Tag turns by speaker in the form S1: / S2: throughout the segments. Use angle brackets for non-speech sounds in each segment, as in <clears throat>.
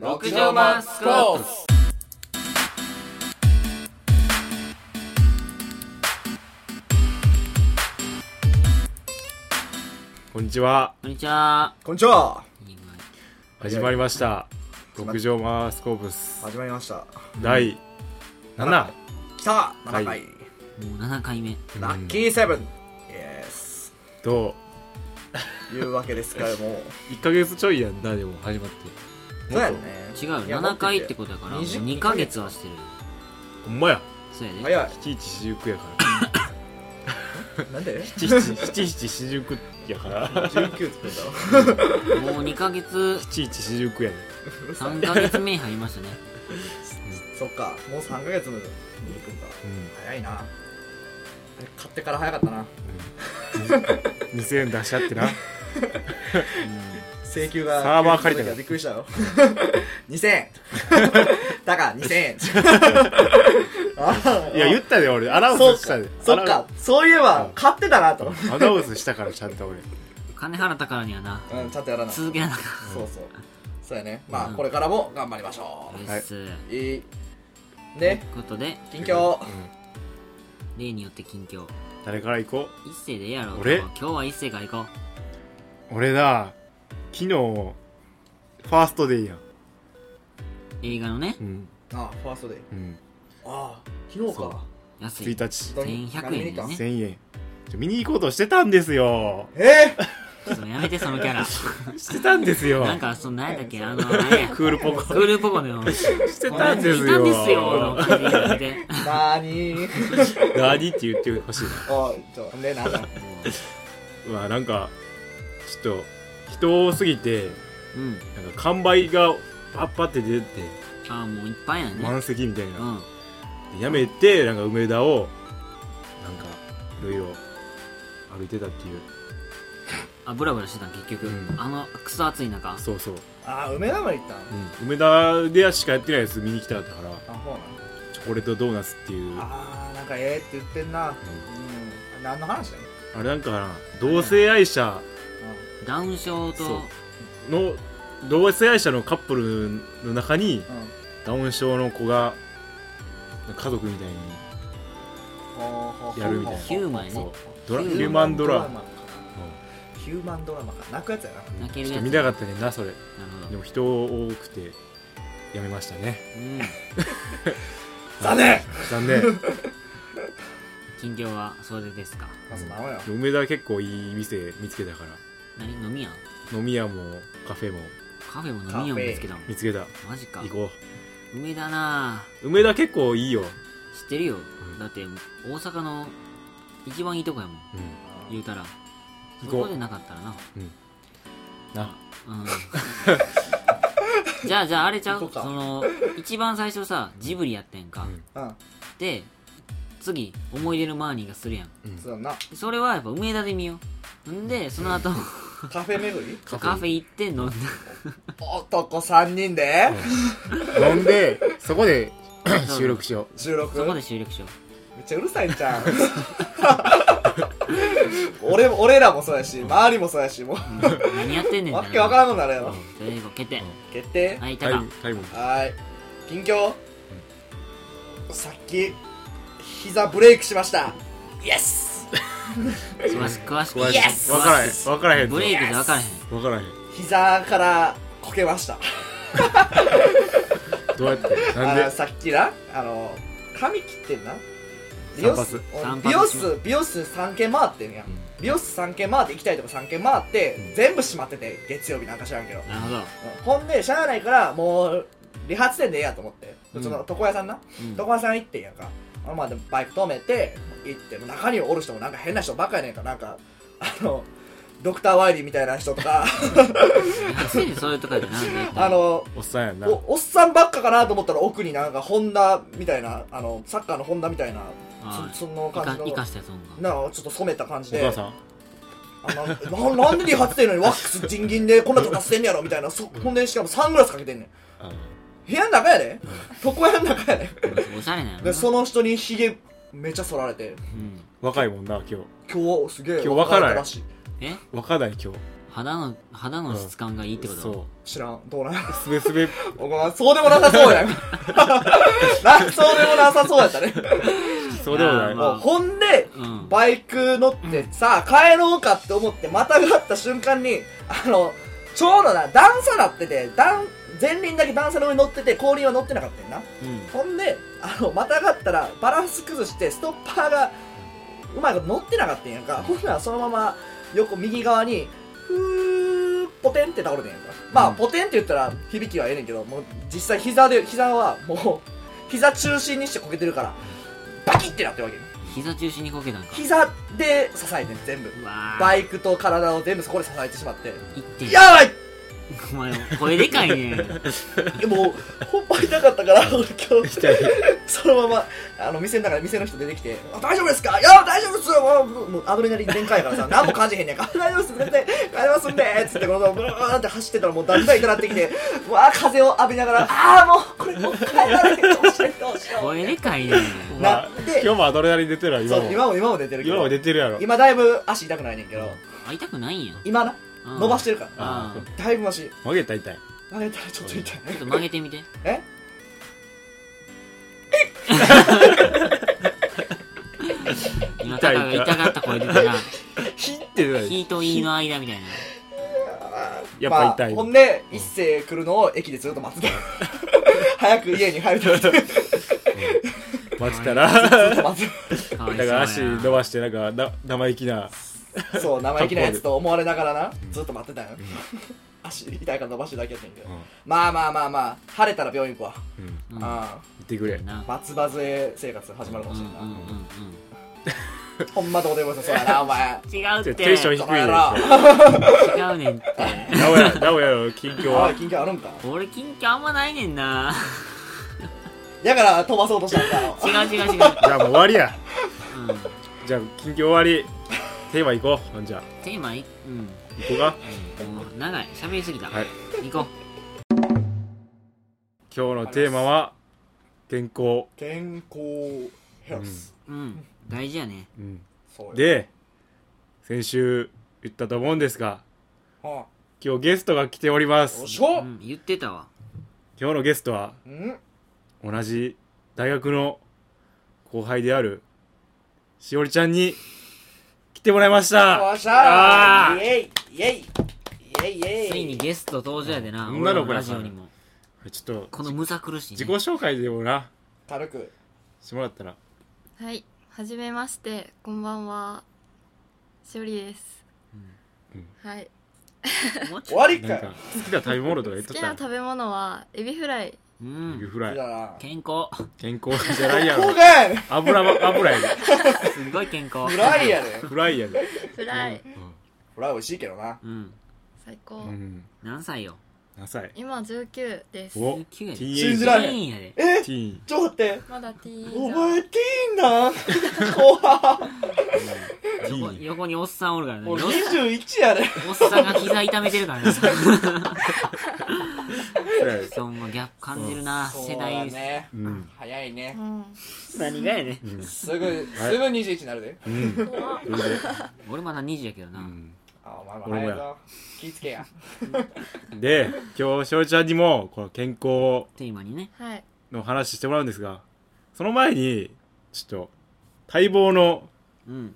S1: 極上マンスコース
S2: こんにちは
S1: こんにちは
S3: こんにちは
S2: 始まりました
S3: い
S2: 極上マースコープス
S3: 始まりました
S2: 第7
S3: 来た7回、
S2: はい
S1: もう7回目
S3: ラッキーセブンイエス
S2: と
S3: いうわけですからもう
S2: 1ヶ月ちょいやんなでも始まって
S3: そうやね
S1: 違うよ
S3: いや
S1: 7回ってことやからもう
S3: 20
S1: 2ヶ月はしてるよ
S2: ほんまや
S1: そうやで
S3: 早い
S2: 七七四十九やから
S3: なんで
S2: 七七七七四十九やから
S3: 19って言 <laughs> ったんだろ
S1: もう2ヶ <laughs> 月
S2: 七七四十九やね
S1: 3ヶ月目に入りましたね
S3: そっかもう3ヶ月もに行くんだ
S2: うん
S3: 早いなあれ買ってから早かったな
S2: 2000円出し合って <laughs> な
S3: 請求が
S2: サーバー借りたから
S3: びっくりしたよ <laughs> 2000円だから2000円あ
S2: いや言ったで俺アナウンスしたで
S3: そっかそういえば買ってたなと
S2: アナウンスしたからちゃんと俺
S1: 金払ったからにはな
S3: うんちゃんとやらない
S1: 続けなかっ
S3: そうそうそうやねまあ、
S1: うん
S3: これからも頑張りましょ
S1: たです、
S3: ういい
S1: とい
S3: で
S1: うことで
S3: 近況
S2: うん
S1: 例によって近況
S2: 誰から行こ
S1: 一世でええやろ
S2: 俺
S1: 今日は一世から行こ
S2: う俺だ昨日ファーストデイやん
S1: う映画のね
S2: うん
S3: あファーストデイ
S2: うん
S3: ああ昨日
S2: そう
S3: か
S1: 安い
S2: 1日
S3: どん
S1: 1100円だよね <laughs>
S2: 1000円ちょ見に行こうとしてたんですよ <laughs>
S3: えー、
S1: そのやめてそのキャラ
S2: してたんですよ
S1: なんかその何やったっけあの何や
S2: クールポコ
S1: クールポコの
S2: して
S1: こんな
S2: た
S1: や
S2: ん
S1: つ
S2: です
S1: いた
S2: よ
S1: んですよの感じやめて
S3: なーにー
S2: 何って言ってほしい
S3: <laughs> おいちょレナさん
S2: なまあなんかちょっと人多すぎて
S1: うん
S2: なんか完売がパッパって出て
S1: ああもういっぱいやね
S2: 満席みたいな、
S1: うん
S2: やめてなんか梅田をなんかいろいろ歩いてたっていう
S1: あブラブラしてたん結局、
S2: うん
S1: あのクソ暑い中
S2: そうそう、
S3: ああ梅田まで行ったの
S2: うん梅田でしかやってないやつ見に来たかったから
S3: あそうなの
S2: チョコレートドーナツっていうあ
S3: あーなんかええって言ってんなうん何の話だよ、
S2: れなんかな同性愛者
S1: ダウン症
S2: そ
S1: と
S2: うの同性愛者のカップルの中に
S3: うんうん
S2: ダウン症の子が家族みたいに
S3: ほうほうほう
S2: やるみたいな
S1: ヒューマンや
S2: そう
S1: ね
S2: ドラ
S1: ヒ
S2: ヒ
S1: ューマン
S2: ューマンドラ
S3: ヒューマ
S2: マ
S3: ンドラマヒューマンドラマか泣くやつやな
S2: うん
S1: 泣ける
S2: ちょ
S1: や
S2: っ
S1: つ
S2: と見たかったねんなそれ
S1: なるほ
S2: で
S1: ど
S2: も人多くてやめましたね
S1: うん
S3: 残念
S2: 残
S1: <laughs>
S2: 念
S1: 近況はそれですか
S3: まず名前よ
S2: 梅田結構いい店見つけたから
S1: 何飲みやん
S2: 飲み屋もカフェも
S1: カフェも飲みやん
S3: カフェ
S1: ですけども
S2: 見つけた
S1: マジか
S2: 行こ
S1: 梅だな
S2: う梅田結構いいよ、
S1: 知ってるよ、
S2: ん
S1: だって大阪の一番いいとこやもん
S2: う
S1: 言うたらそ
S2: 行こう、
S1: こでなかったらなん
S2: な
S1: うん <laughs> じゃあじゃああれちゃ
S3: 行
S1: う
S3: こうか
S1: その一番最初さジブリやってんか、
S2: うん
S3: うん
S1: で次思い出のマーニーがするやん
S3: そうだな
S1: それはやっぱ梅田で見ようんでその後
S3: カフェ巡り
S1: カフェ行って飲んだ
S3: 男3人で
S2: 飲んでそこで <coughs> 収録しよ
S3: 収録
S1: そこで
S3: めっ
S1: 収録しよ
S3: ちゃうるさいんちゃう <laughs> 俺俺らもそうやし周りもそうやしもう
S1: う何やってんねん
S3: わっけわから
S1: ん
S3: んのなるやろ
S1: ということで決定
S3: 決定
S1: はいいうた
S2: タイ
S1: だ
S2: ムタイム
S3: はーい近況さっき膝ブレイクしましたイエス
S1: 詳しく詳しく
S2: 怖い
S3: イエス
S2: わからへんわからへんぞ
S1: ブレイクで分からへん
S2: わからへん
S3: 膝からこけました
S2: どうやってなん
S3: あー
S2: で
S3: さっきなあの髪切ってんな美
S2: 散
S3: 容
S2: 髪
S3: 室
S1: 散髪
S3: 美容室美容室3軒回ってんや、美容室3軒回って行きたいとこ3軒回って、
S2: うん
S3: 全部閉まってて月曜日なんか知らんけど、
S1: なるほど
S3: うんほんでしゃあないからもう理髪店でええやと思って、
S2: うん
S3: その床屋さんな、
S1: うん
S3: 床屋さん行ってんやんかあまあでもバイク止めて行ってもう中におる人もなんか変な人ばっかやねんかなんかあのドクター・ワイリーみたいな人とか
S1: 安いねそれとかじゃなくて
S3: <laughs> あの
S2: おっさんやんな
S3: おおっさんばっかかなと思ったら奥になんかホンダみたいなあのサッカーのホンダみたいな
S1: はい
S3: そその
S1: い
S3: 感
S1: か
S3: じの
S1: いかしたやつおんが
S3: なあちょっと染めた感じ
S2: お
S3: で
S2: 母さん
S3: あなななんで理髪店なのにワックスジンギンでこんなとこしてんねやろみたいなそほんでしかもサングラスかけてんねん
S2: あ
S3: 部屋の中やで床屋の中やで
S1: おしゃれなやろな
S3: でその人にひげめちゃ剃られて
S1: うん
S2: 若いもんな今
S3: 今日すげえ
S2: 今日分からん
S3: らしい
S1: え
S2: 日若ない今日
S1: 肌の肌の質感がいいってこと
S2: そう
S3: 知らんどうなん
S2: すべすべ
S3: お前そうでもなさそうやん <laughs> なそうでもなさそうやったね
S2: そうでも
S1: あ
S2: な
S1: ー
S2: い、
S1: まあ
S3: もうほんで
S1: うん
S3: バイク乗ってさあ帰ろうかって思ってまたがった瞬間にあのちょうどな段差なってて段前輪だけ段差の上に乗ってて後輪は乗ってなかったよな
S1: うん
S3: ほんであのまたがったらバランス崩してストッパーがうまいこと乗ってなかったんやんかほんならそのまま横右側にふーポテンって倒れてんやんかまあ、
S2: うん
S3: ポテンって言ったら響きはええねんけどもう実際膝で膝はもう膝中心にしてこけてるからバキってなってるわけよ
S1: 膝中心にこけたんか
S3: 膝で支えてん全部
S1: うわー
S3: バイクと体を全部そこで支えてしまって
S1: 1.5
S3: やばい
S1: お前声でかいね
S3: いやもうほんま痛かったから俺今日
S2: 痛い
S3: そのままあの店の中で店の人出てきて「あ大丈夫ですかいや大丈夫ですよもうもうアドレナリン全開やからさ
S2: <laughs>
S3: 何も感じへんねんから <laughs> 大丈夫です絶対帰りますんで」っつってこのままブルーンって走ってたらもうだんだん痛なってきてうわー風を浴びながら「ああもうこれもう帰られへんどうしようどうしよ
S1: 声でかい
S3: <laughs>
S1: ね
S3: う」
S2: ま
S3: な
S2: あ
S3: っ、
S2: 今
S3: て
S2: 日もアドレナリン出てるわ今
S3: そう
S2: も
S3: 今も今も出てるけ
S2: 今も
S3: ど
S2: 出てるやろ
S3: 今だいぶ足痛くないねんけど
S1: 会いたくないんや
S3: 今な伸ばしててるから
S1: あー
S3: だいぶマシ
S2: 曲げた痛い
S3: 投げたらちょっと痛い
S1: ちょっと曲げてみて
S3: え
S1: 今タカが痛かった声出たな
S2: ヒって出ない
S1: ヒーとイーの間みたいな
S2: やっぱ痛い、
S3: まあ、ほんで一斉来るのを駅でずっと待ってた <laughs> 早く家に入るとずっ
S2: 待ってたら
S3: と待って
S1: か
S2: だ
S1: わいそ
S2: か
S1: う
S2: ら
S1: や
S2: 足伸ばしてなんかな生意気な
S3: たそう生意気なやつと思われながらなずっと待ってたよ、 <laughs> 足痛いから伸ばしてるだけやったんやけど、
S2: うん
S3: まあまあまあまあ晴れたら病院行くわ、
S2: うん
S1: うん
S3: あ
S2: 言ってくれ
S1: な
S3: あ松葉杖生活始まるかもしれんない、
S1: うんうんうん
S3: ほんまどうでもいいぞそうやなお前
S1: うん違うって
S2: テンション
S3: そ
S2: 低
S3: の
S2: い
S3: 野
S2: で
S3: 郎
S1: 違うねんって
S2: 名古屋名古屋の近況
S3: <laughs> おい
S2: は
S3: 緊急あるんか
S1: 俺近況あんまないねんな
S3: だから飛ばそうとしたんだろ
S1: 違う違う違う、
S2: じゃあもう終わりや
S1: うん、
S2: じゃあ近況終わりテーマいこうほんじゃ
S1: テーマいうん
S2: 行こうか
S1: もう長い喋りすぎた、
S2: はい
S1: 行こ
S2: 今日のテーマは健康、
S3: 健康ヘルス、
S1: ううん大事やね
S2: うん、
S3: そうよ、
S2: で先週言ったと思うんですが
S3: は
S2: 今日ゲストが来ておりま
S3: あ、
S2: す
S3: よいし
S2: 今
S1: う
S3: ょ、
S1: ん言ってたわ
S2: 日のゲストは
S3: うん
S2: 同じ大学の後輩であるしおりちゃんに来てもらいました
S3: よっしゃ
S2: あー
S3: ーイエイイエイイエイイエイ
S1: ついにゲスト登場やでな
S2: うん
S1: 俺ら
S2: 女の
S1: の
S2: 子や
S1: ラ
S2: か
S1: ジ
S2: ら
S1: オにも
S2: ちょっと
S1: このむさ苦しい、ね、
S2: 自己紹介でもな
S3: 軽く
S2: してもらったら
S4: はい、はじめまして、こんばんは。しおりです。
S2: うん
S4: はい、
S1: もうち
S3: 終
S1: ょっ
S3: わりか
S2: なん
S3: よ
S2: か好きな食べ物とか言っ
S4: 好
S2: とっ
S4: きな
S2: た
S4: 食べ物はエビフライ。
S1: とう
S2: エビ
S1: ん
S2: フラ
S3: だ
S2: イ
S3: な
S1: 健康
S2: 健康じゃないや
S3: こ
S2: ろ
S3: うかい
S2: 油ば油やです
S1: ごい健康
S3: フライやで
S2: フライやで
S4: フライ、
S3: フライ美味しいけどな
S1: うん
S4: 最
S2: う
S4: 高。
S2: ん
S1: 何歳よ
S2: なさい
S4: 今19です。
S2: お
S1: 19やで
S2: ティーン
S3: 信
S2: エイ
S3: じ
S2: ジ
S3: ら
S2: テ
S3: れへ
S1: ティ
S3: ん
S1: ーンやで
S3: え
S2: ィーン
S3: ちょっと待って
S4: まだティー
S3: お
S4: ンじ
S3: 前ティーンなん怖っ
S2: ティ
S1: 横
S2: ーン
S1: 横におっさんおるからねおっ
S3: 俺21やで
S1: おっさんが膝痛めてるからね
S2: そうやで
S1: そうもうギャップ感じるな
S3: そう
S1: 世
S3: だ
S1: 代
S3: ね
S2: うん
S3: 早いね
S4: ゃん。
S1: 何がやね
S2: うん
S3: すぐすぐ21になるで
S2: うん
S4: うん。怖っ
S2: それで
S1: 俺まだ20やけど
S2: う
S1: な、
S2: ん
S3: あお前も
S2: 俺
S3: 早
S2: も
S3: い
S2: や
S3: ぞ気ぃつけや
S2: で今日しおりちゃんにもこの健康
S1: テーマにね
S4: はい、
S2: の話してもらうんですがその前にちょっと待望の
S1: うん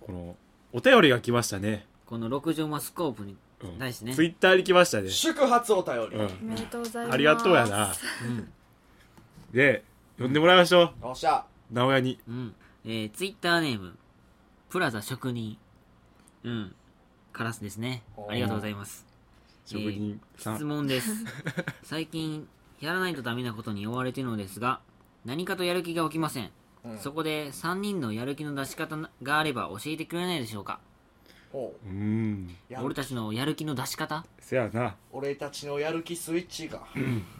S2: このお便りが来ましたね、
S1: この六畳マスコープに対してね、
S2: ツイッターに来ましたね、
S3: 祝発お便り
S2: う
S3: よ
S4: お
S2: ん、
S4: めでとうございます。
S2: ありがとうやな
S1: うん
S2: で呼んでもらいましょう
S3: っしゃ
S2: 名古屋に
S1: うん。えー、ツイッターネーム、プラザ職人。うん。カラスですね
S3: お。ー
S1: ありがとうございます。
S2: 職人さ
S1: 質
S2: ん、
S1: 問です。 <laughs> 最近、やらないとダメなことに追われているのですが、何かとやる気が起きません。
S3: うん
S1: そこで、3人のやる気の出し方ながあれば教えてくれないでしょうか。
S3: おう
S2: うーん
S3: や
S1: 俺たちのやる気の出し方
S2: せやな
S3: 俺たちのやる気スイッチが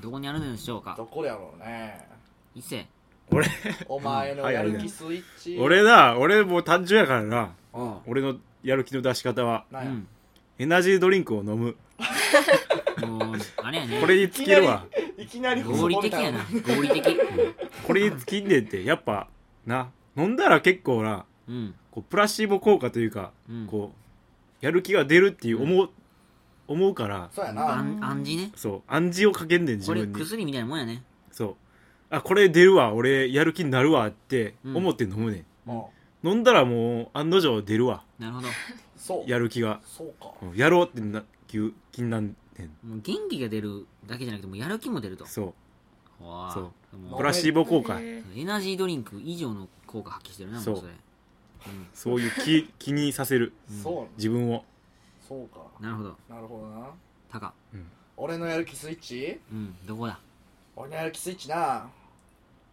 S1: どこにあるのでしょうか
S3: どこやろうね
S1: 伊勢。
S2: 俺
S3: お前のやる気スイッチ
S2: 俺な俺もう単純やからな
S3: うん
S2: 俺のやる気の出し方は
S1: う
S3: なんや
S1: ん。
S2: エナジードリンクを飲む
S1: もう、あれや
S2: <laughs>
S1: ね。
S2: これに尽きるわ
S3: いきなり
S1: 合理的やな。合理的。
S2: これに尽きんねんってやっぱな飲んだら結構な
S1: うん。
S2: こうプラシーボ効果というか、
S1: うん
S2: こうやる気が出るっていう思っ思うから
S3: そうや
S1: あ
S3: な。
S1: ん暗示ね
S2: そう暗示をかけんねん自
S1: これ
S2: 分に
S1: 薬みたいなもんやね
S2: そうあこれ出るわ俺やる気になるわって思って飲むね、
S3: も
S2: ん、飲んだらもう案の定出るわ
S1: なるほど
S3: うん、そう。
S2: やる気が
S3: そうか。
S2: うんやろうってな気う気になんねん
S1: もう元気が出るだけじゃなくてもうやる気も出ると
S2: そう
S1: わあ
S2: そ
S1: も
S2: プラシーボ効果
S4: へー
S1: エナジードリンク以上の効果発揮してるなもう
S2: そう
S1: それうん
S2: そういう気気にさせる
S3: そう。
S2: 自分を
S3: そうか。
S1: なるほど
S3: なるほどな。
S1: タカ
S3: 俺のやる気スイッチ
S1: うんどこだ
S3: 俺のやる気スイッチな。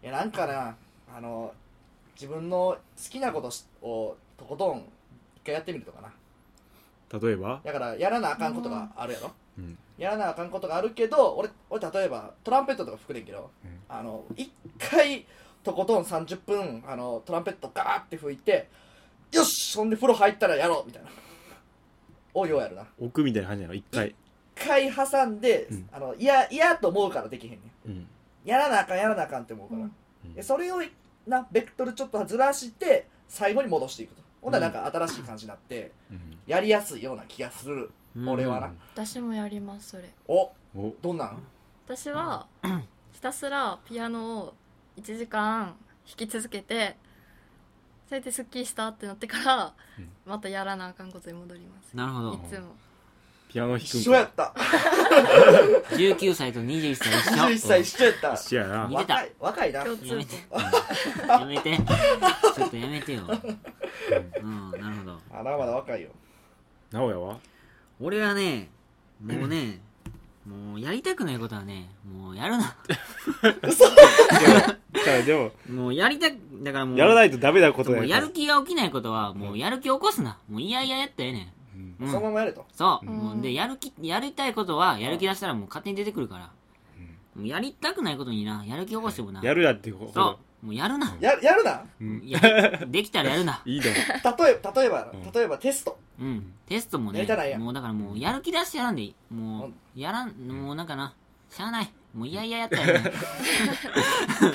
S3: いや、なんかな、あの、自分の好きなことしをとことん一回やってみるとかな。
S2: 例えば、
S3: だから、やらなあかんことがあるやろ。
S2: うん、
S3: やらなあかんことがあるけど俺俺例えばトランペットとか吹くねんけど、
S2: うん
S3: あの一回とことん30分あのトランペットガーって吹いてよしほんで風呂入ったらやろうみたいなをようやるな
S2: 置くみたいな感じやろ一回、
S3: 一回挟んで、
S2: うん
S3: あのいやいやと思うからできへんねん
S2: うん、
S3: やらなあかんやらなあかんって思うから、
S4: うん
S3: でそれをなベクトルちょっとずらして最後に戻していくとほんならなんか新しい感じになって、
S2: うん
S3: やりやすいような気がする
S1: うん
S3: 俺はな
S4: 私もやりますそれ
S3: お
S2: お
S3: どんなん
S4: 私
S2: <clears throat>
S4: はひたすらピアノを1時間弾き続けてそれですっきりしたってなってから
S2: うん
S4: またやらなあかんことに戻ります
S1: なるほ
S4: い
S1: ど
S4: つも
S2: ピアノ弾く
S3: 一
S2: ん
S3: 緒
S2: か
S3: やった
S1: 19歳と21歳一緒
S3: <laughs> 21歳一緒やった
S2: 一緒やな
S1: 似てた
S3: 若い若いな
S4: 共
S1: やめて
S4: 通点。
S1: やめて。ちょっとやめ <laughs> てよ。うん、なるほど。
S3: あらまだ若いよ
S2: なおやは <laughs>
S1: 俺はね、もうね、もうやりたくないことはね、もうやるな。
S2: だからでも
S1: もうやりたく、だからもう、
S2: やらないいとダメなことだ
S1: もう
S2: よ
S1: やる気が起きないことは、もうやる気起こすな。もういやいややったらええね
S2: うん
S1: ん。う
S3: そのま
S1: ん、
S3: まやれと
S1: そう。
S4: うん
S1: もうで、やる気、やりたいことは、やる気出したらもう勝手に出てくるから。もうやりたくないことにな、やる気起こしてもな。
S2: やるなってほ
S1: そ
S2: ど
S1: う。もうやるな。
S3: ややるな
S2: うん
S1: やできたらやるな。
S2: いいだろ
S3: 例え例えば
S2: うん
S3: 例えばテスト
S1: うん、テストも
S3: や
S1: ね
S3: りたないやん
S1: もうだからもうやる気出してやらんでいいも
S3: う
S1: うんやらんもうなんかなしゃあないもういやいややったらね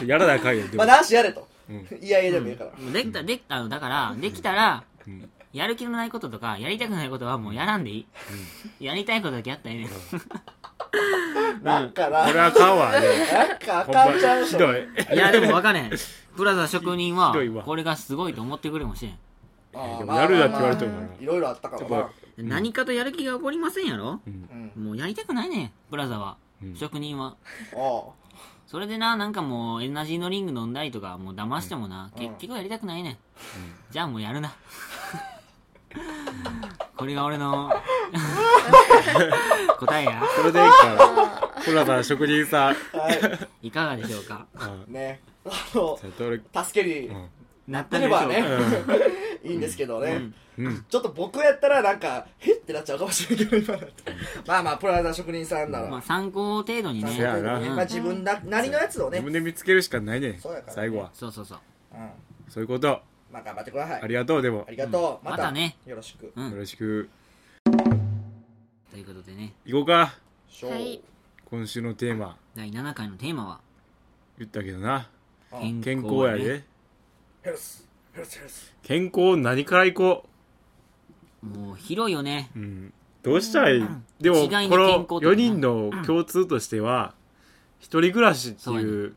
S2: やらなあかんよで
S3: ま
S2: も
S3: あなしやれと
S2: うん
S3: いやいやでもいいから
S1: もうできたできたのだからできたら
S2: うん
S1: やる気のないこととかやりたくないことはもうやらんでいい、やりたいことだけやったらええねん
S3: なんかな
S2: これはあかんわね
S3: なんかあ
S2: ほんま
S3: かんちゃう
S2: ひ
S3: し
S2: ど
S3: ょ
S2: い
S1: いやでも分かれへんプラザ職人は
S2: ひどいわ
S1: これがすごいと思ってくれもしれん
S3: あ
S2: でも
S3: ーまあ
S2: やるなって言われても
S3: まあ
S2: な
S3: まあいろいろあったから
S2: やっ
S3: な
S2: ぱん
S1: 何かとやる気が起こりませんやろ
S2: うん
S3: うん
S1: もうやりたくないねんプラザは
S2: うん
S1: 職人は
S3: あ
S1: それでななんかもうエナジーのリング飲んだりとかもう騙してもな、
S3: うん
S1: 結局やりたくないねんじゃあもうやるな。これが俺の答えや。
S2: それでいいからプラザ職人さん
S3: あはい
S1: かがでしょうか。
S2: あ
S3: ねあの
S2: ちょっと俺
S3: 助けに
S1: なっ
S3: 出れば
S1: うか
S3: ね <laughs> いいんですけど
S1: う
S3: ね
S1: ん
S2: うん
S3: ちょっと僕やったらなんかへってなっちゃうかもしれないけど今だってまあまあプラザ職人さんな
S1: まあ
S3: ら
S1: 参考程度にね
S2: そう。やな
S1: うん
S3: まあ自分ななりのやつを
S2: 自
S3: ね
S2: 分で見つけるしかないね
S3: そうやから
S2: 最後は
S1: そうそうそう。
S3: うん
S2: そういうこと
S3: まあ頑張ってください
S2: ありがとうでも
S3: ありがとう
S1: うんま
S3: また
S1: たね
S3: よろしく
S1: う
S2: よ
S1: ん。
S2: ろしく
S1: ということでね、
S2: 行こうか
S3: しょう
S4: はい
S2: 今週のテーマ
S1: 第7回のテーマは
S2: 言ったけどな
S3: うん
S2: 健康や
S1: ね
S2: で
S3: ヘルスヘルスヘルス
S2: 健康何から行こ
S1: もう広いよね。
S2: ううんどうしたい
S1: うん
S2: でも
S1: 一概に
S2: こ
S1: 健
S2: の
S1: 康とかな
S2: 4人の共通としては一人暮らしって
S1: そうや
S2: いう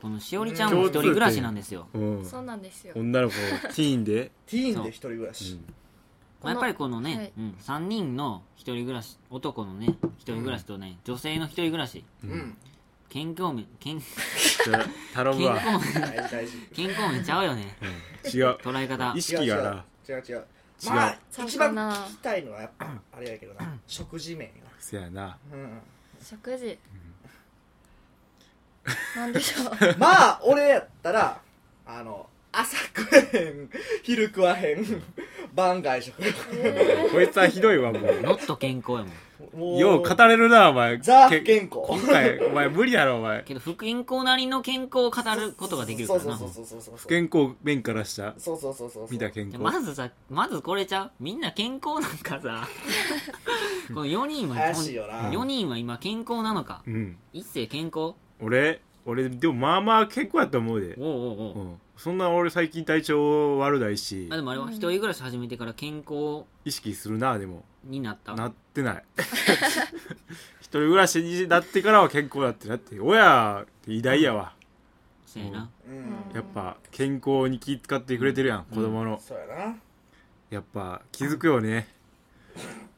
S1: このしおりちゃんも一人暮らしなんですよ。
S2: うん
S4: そうなんですよ
S2: 女の子ティーンで
S3: ティーンで一人暮らし
S1: まあやっぱりこのね、
S4: はい
S1: うん、3人の一人暮らし、男のね、一人暮らしとね、女性の一人暮らし、
S2: う
S3: うんん
S1: 健康面、健、
S2: じゃあ頼
S1: 健
S2: むわ
S1: 康面、
S3: 大事大事
S1: 健康面ちゃうよね。
S2: 違う
S1: 捉え方
S2: 意。識がな
S3: 違う違う違うまあ
S4: そう
S3: 一
S4: か
S3: 番
S4: な
S3: 聞きたいのはやっぱあれやけどな食事面や
S2: せやな
S3: なうん
S4: 食事なんでしょう
S3: まあ俺やったらあの朝食えへん昼食わへん晩外食
S2: こいつはひどいわもう
S1: もっと健康やもん。
S3: も
S2: よう語れるなお前
S3: ザ
S2: け
S3: 健康
S2: 今回お前無理やろお前
S1: けど、不健康なりの健康を語ることができるからな。
S3: そうそうそうそうそう
S2: 不健康面からした
S3: そうそうそうそうそう
S2: 見た健
S1: じゃ
S2: 康
S1: あまずさ、まずこれちゃうみんな健康なんかさ、この4人は、
S3: 怪しいよな
S1: 4人は今健康なのか
S2: うん
S1: 一世健康
S2: 俺俺でもまあまあ健康やと思うで
S1: おうおう
S2: う
S1: おう。
S2: んそんな俺最近体調悪ないし
S1: あでもあれは
S4: うん
S1: 一人暮らし始めてから健康
S2: 意識するなでも
S1: になった
S2: なってない <laughs> 一人暮らしになってからは健康だってなって親って偉大やわ
S1: そうやな
S3: う
S4: うん
S3: ん
S2: やっぱ健康に気使ってくれてるやん、
S1: うん
S2: 子供の
S3: そうやな
S2: やっぱ気づくよね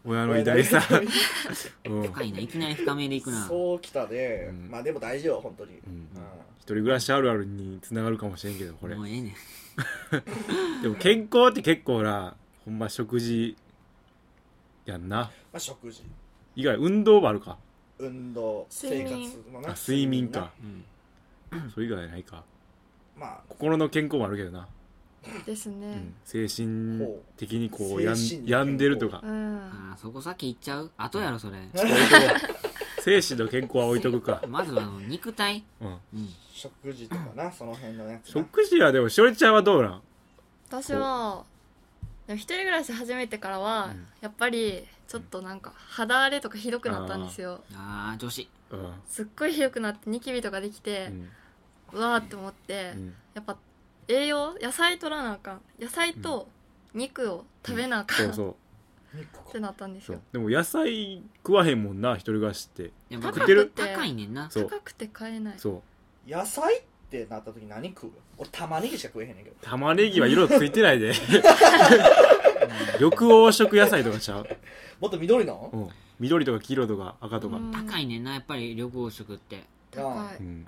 S2: 親の偉大さ、 <laughs> うん
S1: 深いないきなり深めでいくな
S3: そうきたで、
S2: うん
S3: まあでも大事よ本当に、
S2: うん
S3: うん
S2: 一人暮らしあるあるにつながるかもしれんけどこれ
S1: もうええねん
S2: でも健康って結構なほんま食事やんな
S3: まあ、食事
S2: 以外運動もあるか
S3: 運動生
S4: 睡
S3: 活
S4: 眠
S3: のな
S2: あ睡眠か
S1: うん
S2: それ以外ないか
S3: まあ
S2: 心の健康もあるけどな、
S4: です
S2: う
S4: ね
S2: ん、精神的にこ
S3: ほ
S2: う
S3: う
S2: やん
S3: 精神の健康
S2: 病んでるとか
S4: うん
S1: あーそこ先行っちゃう後やろそれ
S2: 精神の健康は置いとくか、
S1: まずはあの肉体
S2: うん、
S1: うん
S3: <laughs> 食事とかなその辺のやつな
S2: 食事はでもしおりちゃんはどうなん
S4: 私はでも一人暮らし始めてからは、
S2: うん
S4: やっぱりちょっとなんか肌荒れとかひどくなったんですよ
S1: ああ女子
S2: うん
S4: すっごいひどくなってニキビとかでき
S2: う
S4: て、
S2: ん
S4: うわーって思って、
S2: うん
S4: やっぱ栄養野菜取らなあかん野菜と肉を食べなあかん、
S2: そう
S4: っ
S2: そう
S4: てなったんです
S2: そう
S4: よ
S2: でも野菜食わへんもんな一人暮らしって
S1: やっ
S4: 高
S1: ぱ食っ
S4: くて
S1: てる高いねんな
S2: そう
S4: 高くて買えない
S2: そう
S3: 野菜ってなった時何食う俺玉ねぎしか食えへんねんけど
S2: 玉ねぎは色ついてない
S3: <laughs>
S2: で緑黄色野菜とかちゃう、
S3: もっと緑の、
S2: うん、緑とか黄色とか赤とか、
S4: うん
S1: 高いねんなやっぱり緑黄色って
S4: 高い
S2: うん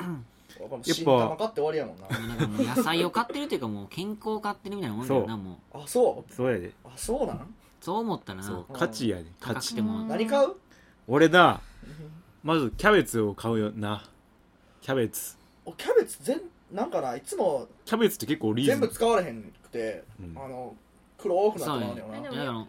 S3: やっぱ
S2: ぱ
S3: 新玉買って終わりやもん
S2: <laughs>
S1: な
S3: な
S1: んかもう野菜を買ってるというかもう健康を買ってるみたいなもんだよなもう
S3: あそう
S2: そうやで
S3: あそうなん
S1: そう思ったら
S2: そ
S1: な
S2: う価値やで
S1: 高
S2: 価
S1: く
S2: 値
S1: て
S4: うん
S1: も
S3: 何買う
S2: 俺なまずキャベツを買うよなキャベツ
S3: おキャベツ全なんかないつも
S2: キャベツって結構リーズナ
S3: 全
S2: ブ
S3: 部
S2: ル
S3: 使われへんくて、
S2: うん
S3: あの黒くなってまうねん
S4: そうやね
S3: よ
S4: で
S3: な
S1: だか
S4: も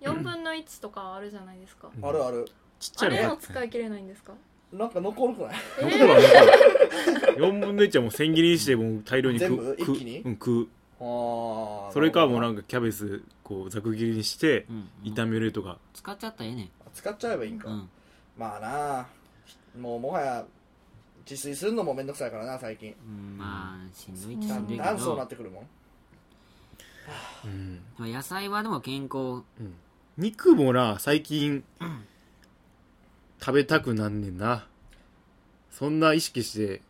S1: ら
S4: 4分の1とかあるじゃないですか、
S2: うん
S3: あるある
S2: ちっちゃ
S4: あ
S2: いの
S4: れ
S2: 買
S4: も
S2: って
S4: 使い切れないんですか
S3: なんか残るくない
S2: 残るわ残る4分の1はもう千切りにしてもう大量に食
S3: 全部
S2: う食う
S3: 一気に
S2: うん、食う
S3: あ
S2: それかもうなんんかキャベツこうざく切りにして
S1: うん
S2: 炒めるとか、
S1: 使っちゃったらええねん
S3: 使っちゃえばいいんか、
S1: うん
S3: まあなあもうもはや自炊するのもめんどくさいからな最近
S1: うんまあしんどいっ
S4: う
S1: ちゃ
S3: だ
S1: し
S3: ん
S1: んどいけ
S3: だんそうな
S1: ど
S3: ってくるもん
S2: うん
S1: まあ野菜はでも健康
S2: 肉もな最近食べたくなんねんなそんな意識して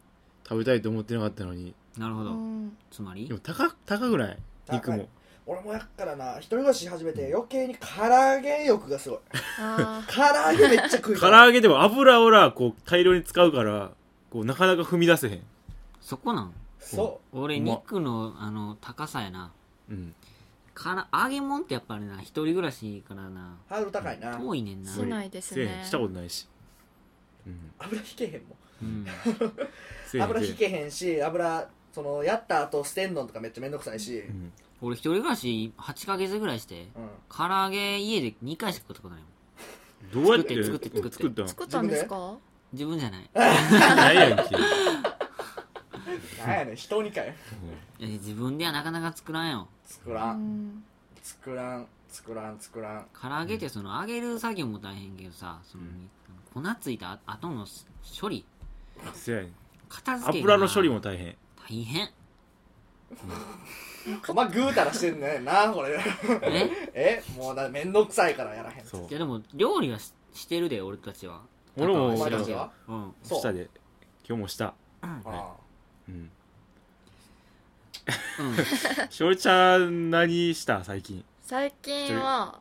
S2: 食べたいと思ってなかったのに
S1: なるほ
S4: う
S1: ど
S4: ん
S1: つまり
S2: でも高高くない肉
S3: 高い
S2: も
S3: 俺もやっからな一人暮らし始めて余計に唐揚げ欲がすごい
S4: あー
S3: 唐揚げめっちゃ食い
S2: 唐
S3: たい
S2: 揚げでも油をなこう大量に使うからこうなかなか踏み出せへん、
S1: そこなん
S3: そ
S1: 俺
S2: うまっ
S1: 肉のあの高さやな
S2: うん、
S1: から揚げ物ってやっぱりな一人暮らしからな
S3: うハードル高いな
S1: 遠いねんな
S4: しないです
S2: せえへ
S4: ね
S2: んしたことないし、うん、
S3: 油引けへんもん
S1: うん
S2: せえへん
S3: 油
S2: せえへ
S3: 引
S2: ん
S3: けへんし油そのやった後捨てんのとかめっちゃめんどくさいし、う
S2: うんん
S1: 俺一人暮らし8ヶ月ぐらいして唐揚げ家で2回しか食ったことないもん
S2: どうやって
S1: 作って作って
S2: 作ったん
S4: 作ったんですか
S1: 自分じゃない
S2: ないやんけ、
S3: なんやねん人にかよ
S1: いや自分ではなかなか作らんよ
S3: 作
S4: う
S3: らん
S4: ん
S3: 作らん作らん作らん
S1: 唐揚げってその揚げる作業も大変けどさその
S2: うん
S1: 粉ついた後の処理
S2: うんせやねん
S1: 片付けが
S2: 油の処理も大変
S1: 大変
S3: お前ぐうたらしてんねんなこれ
S1: え
S3: えもうだめんどくさいからやらへん
S2: そう
S1: いやでも料理はししてるで俺たちは
S2: 俺も
S1: パパ
S3: 俺た
S1: は
S3: ちは
S1: うん
S3: そう
S2: 下で今日も下
S3: あ
S2: <laughs> うん
S1: うん
S2: しおりちゃん何した最近、
S4: 最近は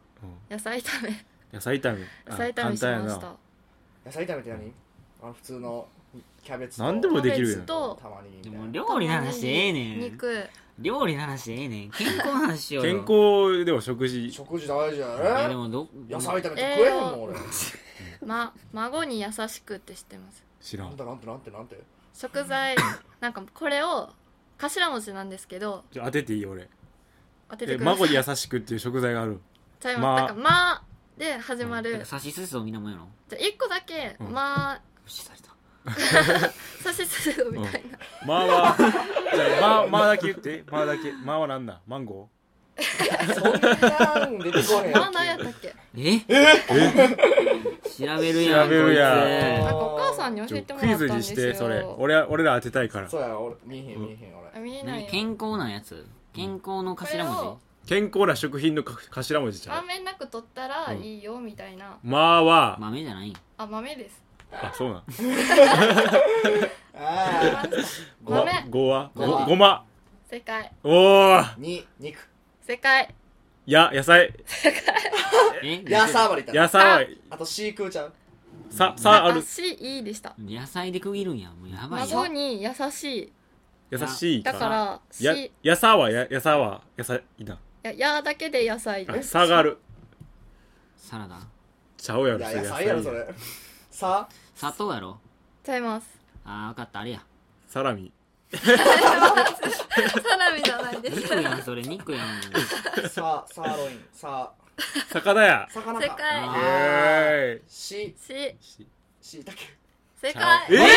S2: うん、
S4: 野菜炒め
S2: 野菜炒めあ
S4: 野菜炒めしま
S2: 簡単
S4: し
S2: や
S4: た
S3: 野菜炒めて何あの普通のキャベツと
S2: 何でもできる
S4: キャベツと
S3: たまに
S1: で
S3: みたい
S1: も
S3: な
S1: 料理の話ええねん
S4: 肉
S1: 料理の話ええねん健康の話しよ
S2: な
S1: うよ
S2: 健康でも食事
S3: 食事大事や
S1: いやで
S3: ね
S1: もど
S3: 野菜炒めて
S4: えー
S3: 食えへんもん俺
S4: ま孫に優しくって知ってます
S2: 知ら
S3: なん
S2: ん
S3: だなんてなんてなんて
S4: 食
S2: <laughs>
S4: 材なんかこれを頭文字なんですけど
S2: ちょ当てていい俺
S4: 当て
S2: え
S4: てくださ
S2: 孫
S4: い
S2: に優しくっていう食材があ <laughs> る
S4: ちゃい
S2: ま
S4: ますなんか「ま」で始ま
S1: なん
S4: る
S1: かさしすせそみんなもんやろよ
S4: じゃあ1個だけ「
S2: うん
S4: まあ
S1: しされた」
S4: さしすせそみたいな
S2: まあはじゃあまあまあだけ言ってまあだけまあはなんだマンゴ
S3: そんなん出てこ
S4: <laughs>
S3: ねえよ
S4: あ何やったっけ
S1: え調べるやん
S2: 調べるやん
S1: こ
S4: なんかお母さんに教えても
S2: ク
S4: ら
S2: イ
S4: っ
S2: ズ
S4: たん
S2: に
S4: で
S2: し
S4: すよ
S2: てそれ俺は俺ら当てたいから
S3: そうや俺見えへん見えへん
S4: あ
S3: 俺
S4: 見え
S1: いつ
S4: な
S1: 何
S4: いよ
S1: 健康なやつ健康の頭
S4: これ
S1: 文
S4: を
S2: 健康な食品のか頭文字ちゃ
S4: ま
S2: うん
S4: べんなく取ったらいいよみたいな、
S2: まあ
S1: 字
S2: は
S1: 豆じゃない
S4: あ豆です
S2: あそうなん
S3: ああ
S4: ごめん
S2: ごは
S3: ごま
S2: ごごま
S4: 正解
S2: おお
S3: に肉
S4: 正解
S2: や野菜
S1: え
S3: やさまでいった
S2: 野菜
S3: あと飼育ちゃう
S2: ささある
S4: 足いいでした
S1: 野菜で区切るんやもうやばい
S4: 孫
S1: よ
S4: に優し
S2: 優し
S4: い
S2: い
S4: だか
S2: からや
S4: し
S2: やさはややさはやさいな
S4: ややだけで野菜
S2: あ
S4: です
S2: さがある
S1: サラダ
S2: ちゃうやろ
S3: いや
S2: それ
S3: 野菜やろそれさ
S1: 砂糖やろ
S4: ちゃいます
S1: あー分かったあれや
S2: サラミ
S4: サラミじゃない <laughs> です
S1: 肉やんそれ肉やん
S3: さサーロインさ
S2: 魚や
S3: 魚
S4: 正
S3: か
S4: 解
S1: あ
S3: あ
S2: え
S3: し
S4: し
S3: しいたけ
S4: 正
S2: ーい
S4: 解
S2: ええ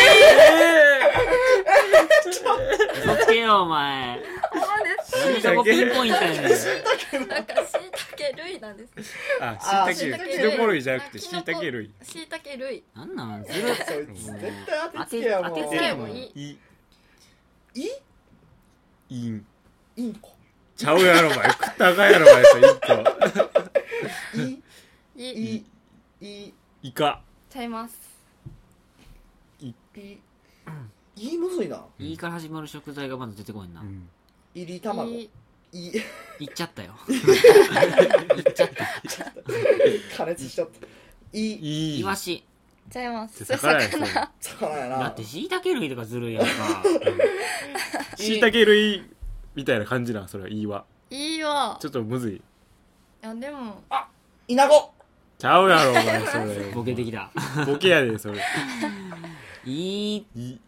S1: 嘘つけよお前
S4: ほんまです
S1: なんでそこピンポイントやねん
S4: なんかしいたけ類なんです
S2: あ、しいた
S4: あ
S2: け
S4: 椎
S2: キ
S4: 茸
S2: ノコ類じゃなくてしいたけ類
S4: しいたけ類
S1: なんなんずる
S3: そいつ絶対当てつけやも
S1: 当て
S3: う
S1: つけやもん
S4: い
S2: い
S3: い
S2: いん
S3: インコ
S2: ちゃうやろお前食ったらあかんやろお前それ一
S3: い
S4: い
S3: いい
S2: 個イカ
S4: ちゃいます
S3: いいむずいな
S1: 「い」から始まる食材がまず出てこいんな
S2: うん
S3: いり卵
S4: い
S3: い <laughs>
S1: いっちゃったよ
S3: 加熱しちゃったい
S2: い
S1: イ
S2: い
S1: ワシ
S4: ちゃいま
S2: って
S4: す
S2: 魚やんそれ
S3: 魚や
S1: だ
S3: な
S1: ってしいたけ類とかずるいやんか
S2: しいたけ類みたいな感じなんそれはいいわ
S4: いいわ
S2: ちょっとむずい
S4: いやでも
S3: イナゴ
S2: ちゃうやろお前それ
S1: ボケてきた
S2: ボケやでそれ
S1: いい
S2: い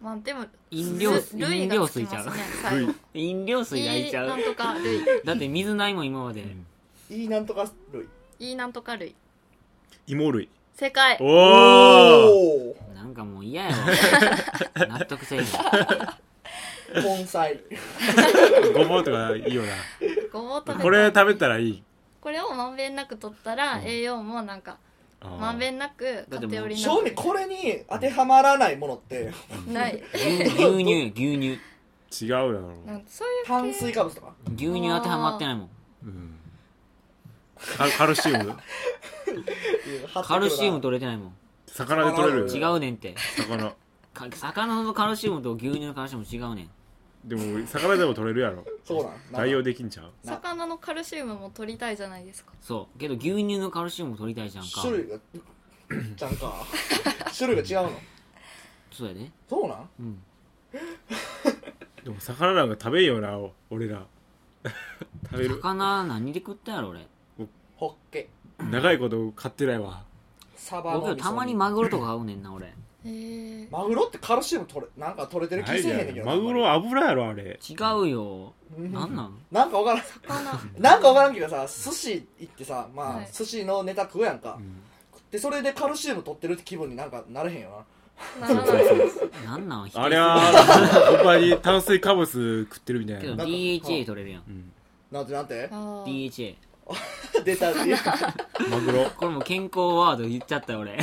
S4: まあでも
S1: 飲料
S4: す類
S1: 飲
S4: が
S1: 料
S4: つき
S1: 水ち
S4: ま
S1: ゃう
S4: すね最後
S1: 飲料水焼いちゃ
S4: なん
S1: う
S4: とか類
S1: だって水ないもん今まで
S2: ん
S3: いいなんとか類
S4: いいなんとか類
S2: 芋類
S4: 正解
S2: おお
S3: おお
S1: なんかもう嫌やわ納得せえへん
S3: 盆栽
S2: ごぼうとかいいよな
S4: ごぼう食べた
S2: これ食べたらいい
S4: これをまんべんなく取ったら栄養もなんか
S2: あー
S4: まんべんなく偏りな
S3: 正味
S4: く
S3: これに当てはまらないものって
S4: ない
S1: 牛牛乳牛乳
S2: 違うやろ
S4: なんかそういう系
S3: 炭水化物とか
S1: 牛乳当てはまってないもん
S2: うんカカルシウム
S1: カルシウム取れてないもん
S2: 魚で取れる
S1: 違うねんって
S2: 魚
S1: か魚のカルシウムと牛乳のカルシウム違うねん
S2: でも魚でも取れるやろ
S3: そうなん
S2: 対応できんちゃう
S4: 魚のカルシウムも取りたいじゃないですか
S1: そうけど牛乳のカルシウム取りたいじゃんか
S3: 種類がちゃんか種類が違うの
S1: そうやで
S3: そうなん
S1: うん
S2: でも魚なんか食べんよなお俺
S3: <laughs>
S2: ら食べる
S1: 魚何で食ったやろ俺
S3: ホッケ
S2: 長いこと買ってないわ
S3: サバの
S1: 僕
S3: 味噌煮
S1: たまにマグロとか合うねんな俺
S4: へえ
S3: マグロってカルシウム取れなんか取れてる
S2: な
S3: 気
S2: いじ
S3: せえへ
S2: ゃ
S3: んねんけ
S2: ん
S3: ど
S2: マグロ油やろあれ
S1: 違うよなんなん
S3: なんかわからん
S4: 魚
S3: なんかわからんけどさ寿司行ってさま
S4: は
S3: あ
S4: い
S3: 寿司のネタ食うやんか
S2: ん
S3: でそれでカルシウム取ってるって気分になんかなれへんよ
S4: ならない
S1: なんなん否定する
S2: あれはほんまに炭水化物食ってるみた
S1: け
S2: い
S1: ど
S2: な
S1: DHA 取れるやん
S2: うん
S3: ななんてなんて
S4: あー
S1: DHA
S3: 出た出た
S2: マグロ
S1: これもう健康ワード言っちゃったよ俺 <laughs>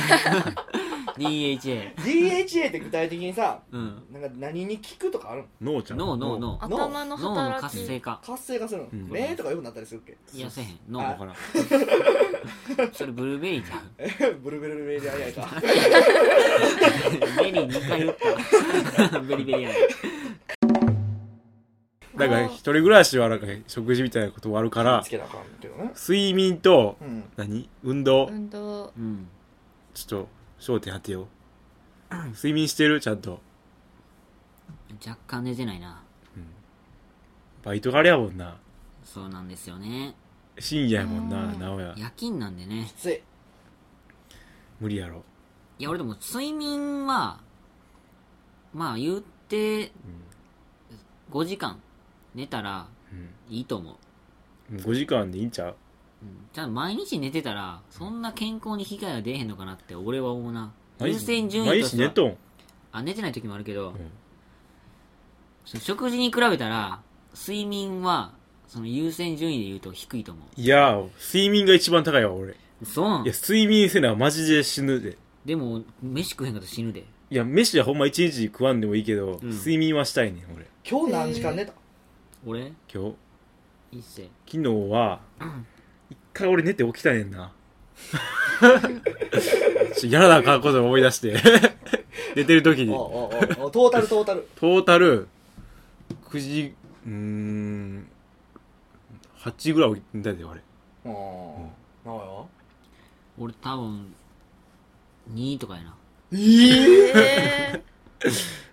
S1: DHA
S3: DHA って具体的にさ
S1: うん
S3: なんか何に効くとかあるの
S2: 脳ちゃん
S1: 脳脳脳
S4: 頭
S1: 脳
S4: の
S1: の
S4: 働
S1: 活
S4: き
S1: 性化
S3: 活性化するの、
S2: ん
S3: 目とか良くなったりするっけ
S1: いやせへん
S2: わ
S1: 脳
S2: からん
S1: それブルーベリーちゃう
S3: ブルブルブルであいあいか
S1: ベリー2回打った <laughs> ベリベリやね
S2: だから一人暮らしはなんか食事みたいなこともあるから
S3: つけなあかんけどね
S2: 睡眠と
S3: うん
S2: 何運動
S4: 運動
S1: うん
S2: ちょっと焦点当てよう <clears throat> 睡眠してるちゃんと
S1: 若干寝てないな
S2: バイトがあれやもんな
S1: そうなんですよね
S2: 深夜やもんな
S4: うん
S2: なおや
S1: 夜勤なんでね
S3: きつい
S2: 無理やろ
S1: いや俺でも睡眠はまあ言って5時間寝たら
S2: う
S1: いいと思う、
S2: ん5時間でいいんちゃう
S1: うん、ちゃんと毎日寝てたらそんな健康に被害が出えへんのかなって俺は思うな
S2: 毎
S1: 優
S2: 日
S1: 先順位
S2: 毎
S1: と
S2: 日
S1: して
S2: 寝
S1: は
S2: とん
S1: あ寝てない時もあるけど、
S2: ん
S1: その食事に比べたら睡眠はその優先順位で言うと低いと思。
S2: いやー、睡眠が一番高いわ、俺。いう
S1: そうなん
S2: や、睡眠せな、マジで死ぬで。
S1: でも、飯食えへんかったら死ぬで。
S2: いや、飯はほんま一日食わんでもいいけど、
S1: うん
S2: 睡眠はしたいねん、俺。
S3: 今日何時間寝た
S1: 俺
S2: 今日。
S1: 一世。
S2: 昨日は、一回俺寝て起きたね
S1: <laughs>
S2: んな。ちょやらなあかんことを思い
S1: <laughs>
S2: 出して。寝てる時に。
S3: おうおうおうおうトータルトータル
S2: トータル、9時、うーん、8時ぐらい寝たで、俺。
S3: うんなんや
S1: 俺多分、2とかやな。
S4: え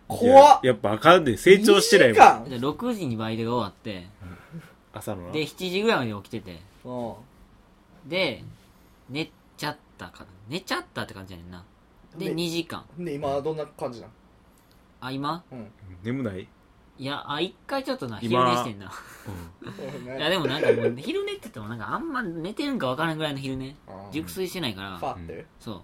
S3: 怖っ
S2: いややっぱあかんで、成長してない
S3: いい
S2: もん。
S3: か
S1: で6時にバイトが終わって、
S2: 朝のな。
S1: で、7時ぐらいまで起きてて、
S3: うん
S1: で、寝ちゃったから。寝ちゃったって感じやねんな。で、
S3: で
S1: 2時間。
S3: で今どんな感じなん
S1: あ、今
S3: うん
S2: 眠ない
S1: いや、あ、一回ちょっとな、昼
S2: 今
S1: 寝してんな。
S3: そうね
S1: いや、でもなんかもう、昼寝って言ってもなんかあんま寝てるんかわからんぐらいの昼寝。
S3: あー
S1: 熟睡してないか
S3: ファ
S1: ら、
S3: って
S1: そう。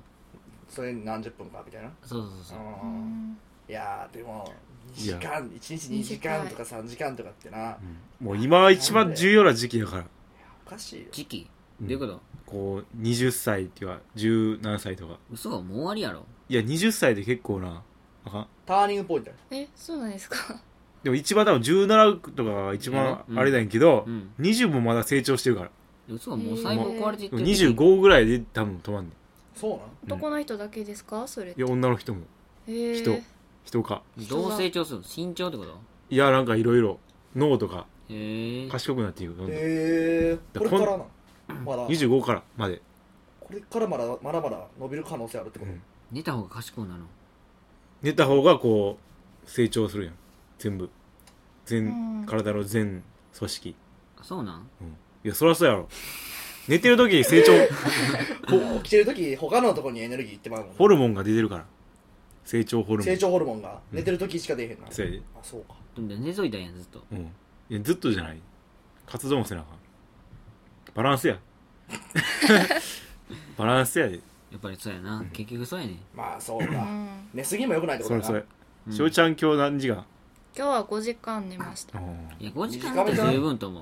S3: それ何十分かみたいな
S1: そうそうそう。
S4: ー
S3: うんいやーでも2時間1日2時間とか3時間とかってな
S2: うんもう今は一番重要な時期だから。
S3: おかしいよ
S1: 時期
S2: う
S1: ど
S2: ん
S1: ういうこと
S2: こう、20歳っていうか、17歳とか。
S1: 嘘はもう終わりやろ。
S2: いや、20歳で結構な、あかん。
S3: ターニングポイントや
S4: えそうなんですか
S2: でも一番多分17とかが一番
S1: うん
S2: あれだんやけど、
S1: うん。
S2: 20もまだ成長してるから。
S1: 嘘はもう細胞壊れていってる。
S2: 25ぐらいで多分止まんねん。
S3: そうなん
S4: 男の人だけですかそれ
S2: いや、女の人も、
S4: えー
S2: 人、人か。
S1: どう成長するの身長ってこと
S2: いや、なんかいろいろ、脳とか、
S1: へえ。
S2: 賢くなっていく。どんどん
S3: えー、これからなまだ
S2: 25からまで。
S3: これからまだまだまだ伸びる可能性あるってこと、
S2: うん
S1: 寝た方が賢くなるの。
S2: 寝た方がこう、成長するやん。全部。
S4: う
S2: 全
S4: ん、
S2: 体の全組織。
S1: あそうなん
S2: うん。いや、そらそうやろ。寝てる時に成長、
S3: 起きてる時他のところにエネルギーいってまうもんね
S2: ホルモンが出てるから。成長ホルモン。
S3: 成長ホルモンが
S2: うん
S3: 寝てる時しか出えへんな、
S2: そうやで。
S3: あそうか
S1: でも寝といたんやん、ずっと。
S2: うん。いや、ずっとじゃない。活動もせなあかん。バランスや。バランスやで。
S1: やっぱりそうやな。結局そうやね。
S3: まあそう
S4: う
S3: か
S4: ん
S3: 寝すぎもよくないってこ
S2: そ
S3: と
S2: れ
S3: だ
S2: そ
S3: な
S2: れ。しおちゃん今日何時間
S4: 今日は5時間寝ました
S2: うん
S1: いや、5時間だったら十分と思う。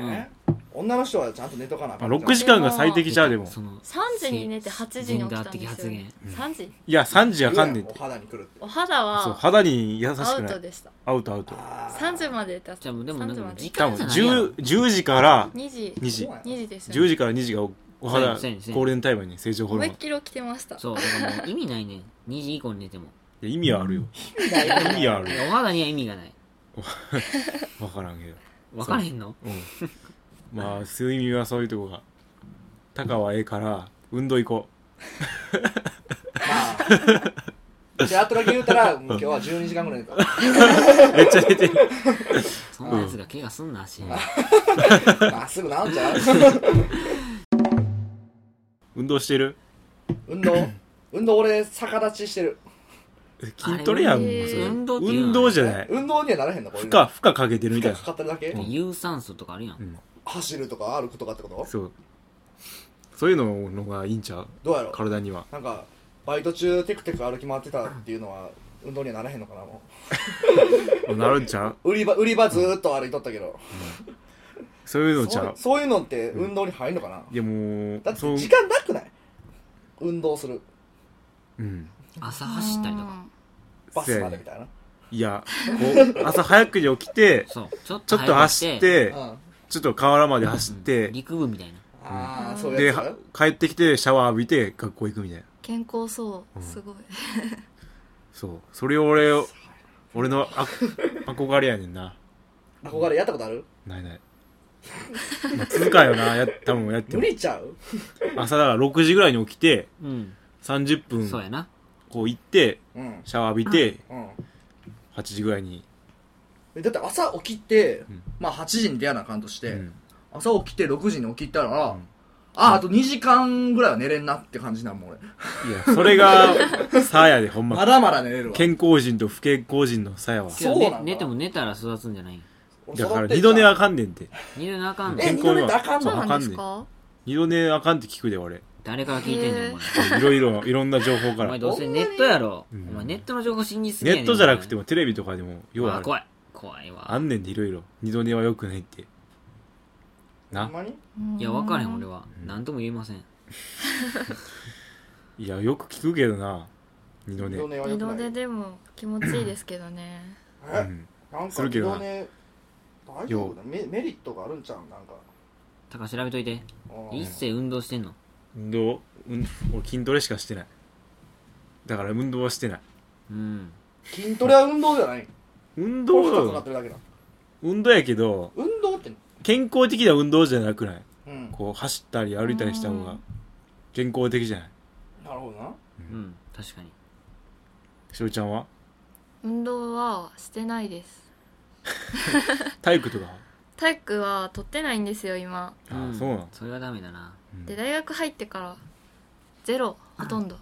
S2: うん
S3: えー女の人はちゃんと寝とかなあ
S2: ま
S3: か
S2: あ、
S3: ん
S2: 6時間が最適じゃうでも。
S1: その、
S4: 3時に寝て8時に起きたんです
S1: ジ
S4: よ、ね
S1: ェンダー的、
S4: 3時
S2: いや、3時
S3: じゃ
S2: は
S3: ん
S2: かんでっ
S3: お
S2: て。
S3: 肌にくるって
S4: お肌
S2: そう、
S4: は
S2: 肌に優しく
S4: アウ
S2: な
S4: ト
S2: い。
S4: でした
S2: アウトアウト。
S3: あー
S4: 3時まで寝た
S1: じゃあもうでも、
S4: 3
S1: で
S4: 時
S1: も
S4: まで
S1: 時
S2: 多
S1: 間
S2: 分
S1: じゃないやろ
S2: 10、10時から
S4: 2時
S2: 2時
S3: そう。や
S4: 2時ですよ
S2: 10
S4: ね
S2: 時から2時がおお肌、ゴ
S1: そうやねそうやね
S2: ールデンタイムやね、成長ホル
S4: 思
S2: モ
S4: い
S2: ン
S4: っ。きり起きてました
S1: そう、だからもう意味ないね。2時以降に寝ても。
S2: いや意味はあるよ。意味はある
S1: い
S2: よ。
S1: やお肌には意味がない。
S2: わからんけど。
S1: わからへんの
S2: うん。まあ、睡眠はそういうとこが。タカはええから、運動行こ
S3: まあじゃああとだけ言うたらもう今日は12時間ぐらい寝た
S2: う。めっちゃ寝てる。
S1: そんなやつが怪我すんな、足。
S3: まあすぐ治んちゃう
S2: <laughs> 運動してる
S3: 運動運動俺逆立ちしてる
S2: え筋トレやん、もう
S4: あれ
S2: それ。
S1: 運動っていうのは
S2: 運動じゃない。
S3: 運動にはならへんのこれ
S2: 負荷、負荷かけてるみたいな
S3: か。かってるだけ、
S2: うん
S1: 有酸素とかあるや。
S2: うんん。
S3: 走るとか歩くとかってこと
S2: そう。そういうののがいいんちゃう
S3: どうやろう
S2: 体には。
S3: なんかバイト中テクテク歩き回ってたっていうのは運動にはならへんのかなも
S2: なるんちゃう
S3: う売り場売り場ずーっと歩いとったけど、
S2: そういうのちゃ
S3: そ
S2: う
S3: うそういうのって運動に入んのかな、
S2: いやもう
S3: だっ、
S2: そう
S3: て、時間なくない運動する
S2: うん。
S1: 朝走ったりとか。
S3: バスま
S2: せや
S3: でみ
S2: ね
S3: たいない
S2: や、こう、朝早くに起きて、
S1: そう。ちょっ
S2: ちょ
S1: と
S2: っと走っ、て、
S3: うん
S2: ちょっと河原まで走って、
S1: 陸部みたいな。
S3: ああそういう
S2: で、
S3: や
S2: は
S3: つ
S2: 帰ってきて、シャワー浴びて、学校行くみたいな。
S4: 健康そううんすごい、
S2: そう。それを俺を、俺のあ憧れやねんな。
S3: 憧れやったことある
S2: ないない。まあ、続かんよな、や、多分やって
S3: 無
S2: も。
S3: 理ちゃう
S2: 朝だから6時ぐらいに起きて、
S1: うん。
S2: 30分、
S1: そうやな。
S2: こう行って、
S3: うん
S2: シャワー浴びて、
S3: うん
S2: 8時ぐらいに。
S3: えだって朝起きて、
S2: ん
S3: まあ8時に出やなあかんとして、
S2: うん
S3: 朝起きて6時に起きたら、
S2: ん
S3: ああと2時間ぐらいは寝れんなって感じなんもん俺
S2: いや、それが、さやで、ほん
S3: ま
S2: ま。
S3: だまだ寝れるわ
S2: 健康人と不健康人のさやは。
S1: けど
S3: そうなんだ
S1: ね寝ても寝たら育つんじゃない
S3: 俺
S2: だから
S3: 育って
S2: 二
S3: んじゃ
S2: 度
S3: ん
S2: 寝あかんねんって。
S1: 寝るなあかんの
S3: え
S2: 健康に
S3: 二度寝ってあかんの
S2: そ
S4: そうう
S2: あ
S4: な
S2: か
S4: んで
S2: ん
S4: す
S2: ねん。
S4: か
S2: 二度寝あかんって聞くで、俺。
S1: 誰から聞いてんねんお前
S2: いろいろ、いろんな情報か
S1: お
S2: ら
S1: 前。どうせネットやろお
S2: うん
S1: 前ネットの情報信じすぎ
S2: ネ
S1: やねん
S2: ットじゃなくて
S1: も
S2: もテレビとかでも、要は
S1: 怖い怖いわ
S2: あんねんでいろいろ。二度寝は良くないって。な
S3: ほんまに
S1: いや分からへん俺
S4: は
S1: は
S2: うん
S1: 何とも言えません
S2: いやよく聞くけどな二度
S3: 二
S2: 寝
S3: 度寝は
S4: 二
S3: よく
S4: 度
S3: ない
S4: ででも気持ちいいですけどね
S2: う
S3: え
S2: ん、
S3: なん
S2: す
S3: か
S2: るけ
S3: 二
S2: ど
S3: 度
S2: な
S3: 寝大丈夫だメメリットがあるんちゃうんなんか
S1: タカ調べといて
S3: うん
S1: 一世運動してんの
S2: 運動、うん、俺筋トレしかしてないだから運動はしてない
S1: うん
S3: 筋トレは運動じゃない
S2: 運
S3: どう
S2: 動
S3: なってるだけだ
S2: 運動やけど
S3: 運動って
S2: 健康的な運動じゃなくない
S3: うん
S2: こう走ったり歩いたりした方
S4: う
S2: が
S4: ん
S2: 健康的じゃない
S3: なるほどな
S1: うん確かに
S2: しおりちゃんは
S4: 運動はしてないです
S2: 体育とかは
S4: 体育は取ってないんですよ今
S2: あ
S1: ん
S2: そうなん
S1: それはダメだな
S2: うん
S4: で大学入ってからゼロほとんど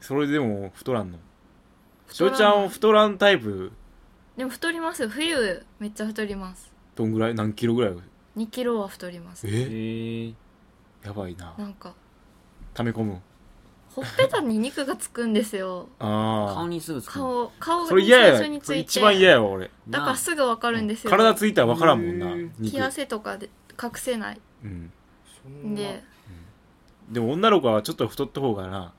S2: それでも太らんのし
S4: 太
S2: お
S4: ら
S2: り
S4: ない
S2: ちゃんは太らんタイプ
S4: でも太りますよ冬めっちゃ太ります
S2: どんぐらい何キロぐらい
S4: 2キロは太ります
S1: へえ
S2: えやばいな
S4: なんか
S2: 溜め込む
S4: ほっぺたに肉がつくんですよ
S2: あ
S1: 顔にすぐつくの
S4: 顔顔
S2: あそれ
S4: に
S2: 嫌
S4: 最初に
S2: やそ
S4: つ
S2: れ
S4: いて
S2: 一番嫌やわ俺
S4: だからすぐわかるんですよ
S2: 体ついたら分からんもんな
S3: へー
S2: 肉
S4: 冷や汗とかで隠せない
S2: うん
S3: そん
S4: ん
S3: な
S4: で
S2: でも女の子はちょっと太った方がな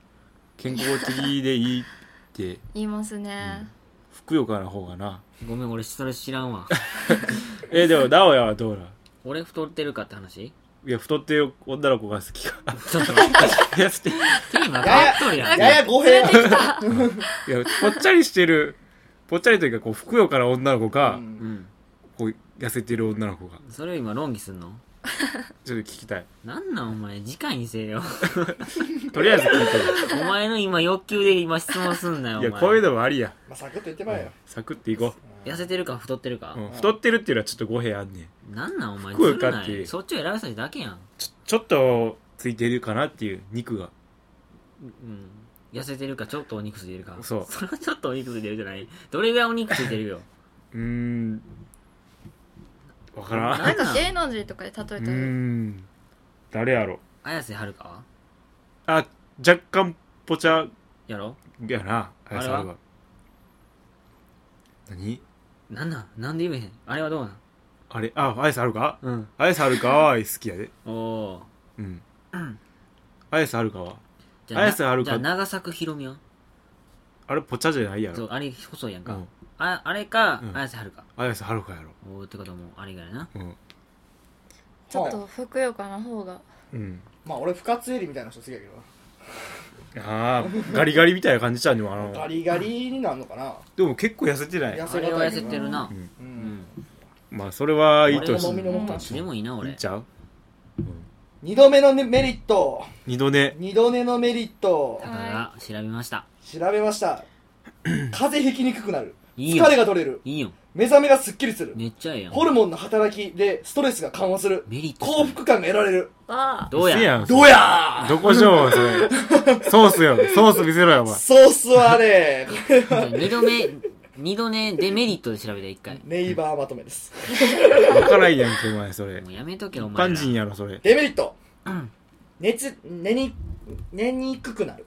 S2: 健康的でいい
S4: <laughs>
S2: って
S4: 言いますね、
S2: ふくよかな方がな
S1: ごめん俺それ知らん
S2: <laughs>
S1: わ
S2: えでも直哉はどうだ
S1: 俺太ってるかって話
S2: いや太ってる女の子が好き
S4: <laughs>
S2: か
S1: ちょっと待って
S2: い <laughs> やしてい
S1: テーマ変わっとるやん
S3: やや語弊や
S2: やぽっちゃりしてるぽっちゃりというかこうふくよかな女の子か、
S1: <laughs> うん
S3: う
S1: ん
S2: こう痩せてる女の子が
S1: それを今論議すんの
S2: ちょっと聞きたい
S1: なんなんお前次回にせえよ
S2: とりあえず聞い
S4: <laughs>
S2: て
S1: お前の今欲求で今質問すんなよお
S2: るい
S1: 前
S2: やこういうのもありや
S3: まあサクッと言ってまえよ
S2: サクっていこ
S1: 痩せてるか太ってるか
S2: う、うん、太ってるっていうのはちょっと語弊あんねん
S1: なんなんお前
S2: ふく
S1: ず
S2: よ
S1: る
S2: か
S1: な
S2: っていう
S1: いそっちを選ばせただけやん、
S2: ちょちょっとついてるかなっていう肉が
S1: うん、痩せてるかちょっとお肉ついてるか
S2: そう
S1: それはちょっとお肉ついてるじゃないどれぐらいお肉ついてる
S2: <laughs>
S1: よ
S2: うーん分からん
S4: なんか芸能人とかで
S2: う
S4: 例えた
S2: ー
S4: ら
S2: ん誰やろ
S1: 綾瀬はるかは
S2: あ若干ぽちゃ
S1: やろ
S2: やなあ
S1: あれは
S2: 何
S1: なんなんなんで言えへんあれはどうなん
S2: あれあアイスあるか
S1: うん
S2: アイスあるかは好きやで
S1: おお
S2: うんアイスあるかは
S1: じゃあ
S2: 綾瀬はるか
S1: じゃあ長作ひろみは
S2: あれぽちゃじゃないや
S1: そ
S2: ろ
S1: うあれ細いやん
S2: う
S1: か、
S2: ん
S1: ああれか、
S2: うん
S1: 綾瀬はるか
S2: アイスあるかやろ
S1: おおってこともあれがやな
S2: うん
S4: ちょっとふくよかな方が
S2: うん
S3: まあ俺不活エリみたいな人好きやけど
S2: ああガリガリみたいな感じちゃうにもあ
S3: なガ
S2: の
S3: リガリになるのかな
S2: でも結構痩せてない
S3: 痩
S1: あ
S3: せ
S1: れ
S3: 方
S1: は
S3: や
S1: 痩
S3: け
S1: せ
S3: ど
S1: てるな
S2: うん
S3: う
S1: うんん
S2: まあそれはいい
S1: 俺
S2: とし
S1: も
S2: て
S3: 飲みのもん
S1: でもいいない
S2: い
S1: 俺
S2: んちゃう
S3: 二度目のねメリット
S2: 二度寝
S3: 二度寝のメリット
S1: だから調べました
S3: 調べました風邪ひきにくくなる
S1: いいよ
S3: 疲れが取れる
S1: いいよ
S3: 目覚めがすっきりする
S1: めっちゃええやん
S3: ホルモンの働きでストレスが緩和する
S1: メリット
S3: 幸福感が得られる
S4: は
S1: どう
S2: せ
S1: や
S2: ん
S3: どうやー
S2: どこしようそれ
S3: <laughs>
S2: ソースよソース見せろよお前
S3: ソースはね
S1: 二度目二度寝デメリットで調べて一回
S3: ネイバーまとめです
S2: わからんやんけお前それ
S1: もうやめとけ
S2: 一
S1: お前
S2: 般
S1: ら
S2: 人やろそれ
S3: デメリット
S1: うん
S3: 熱寝に寝にくくなる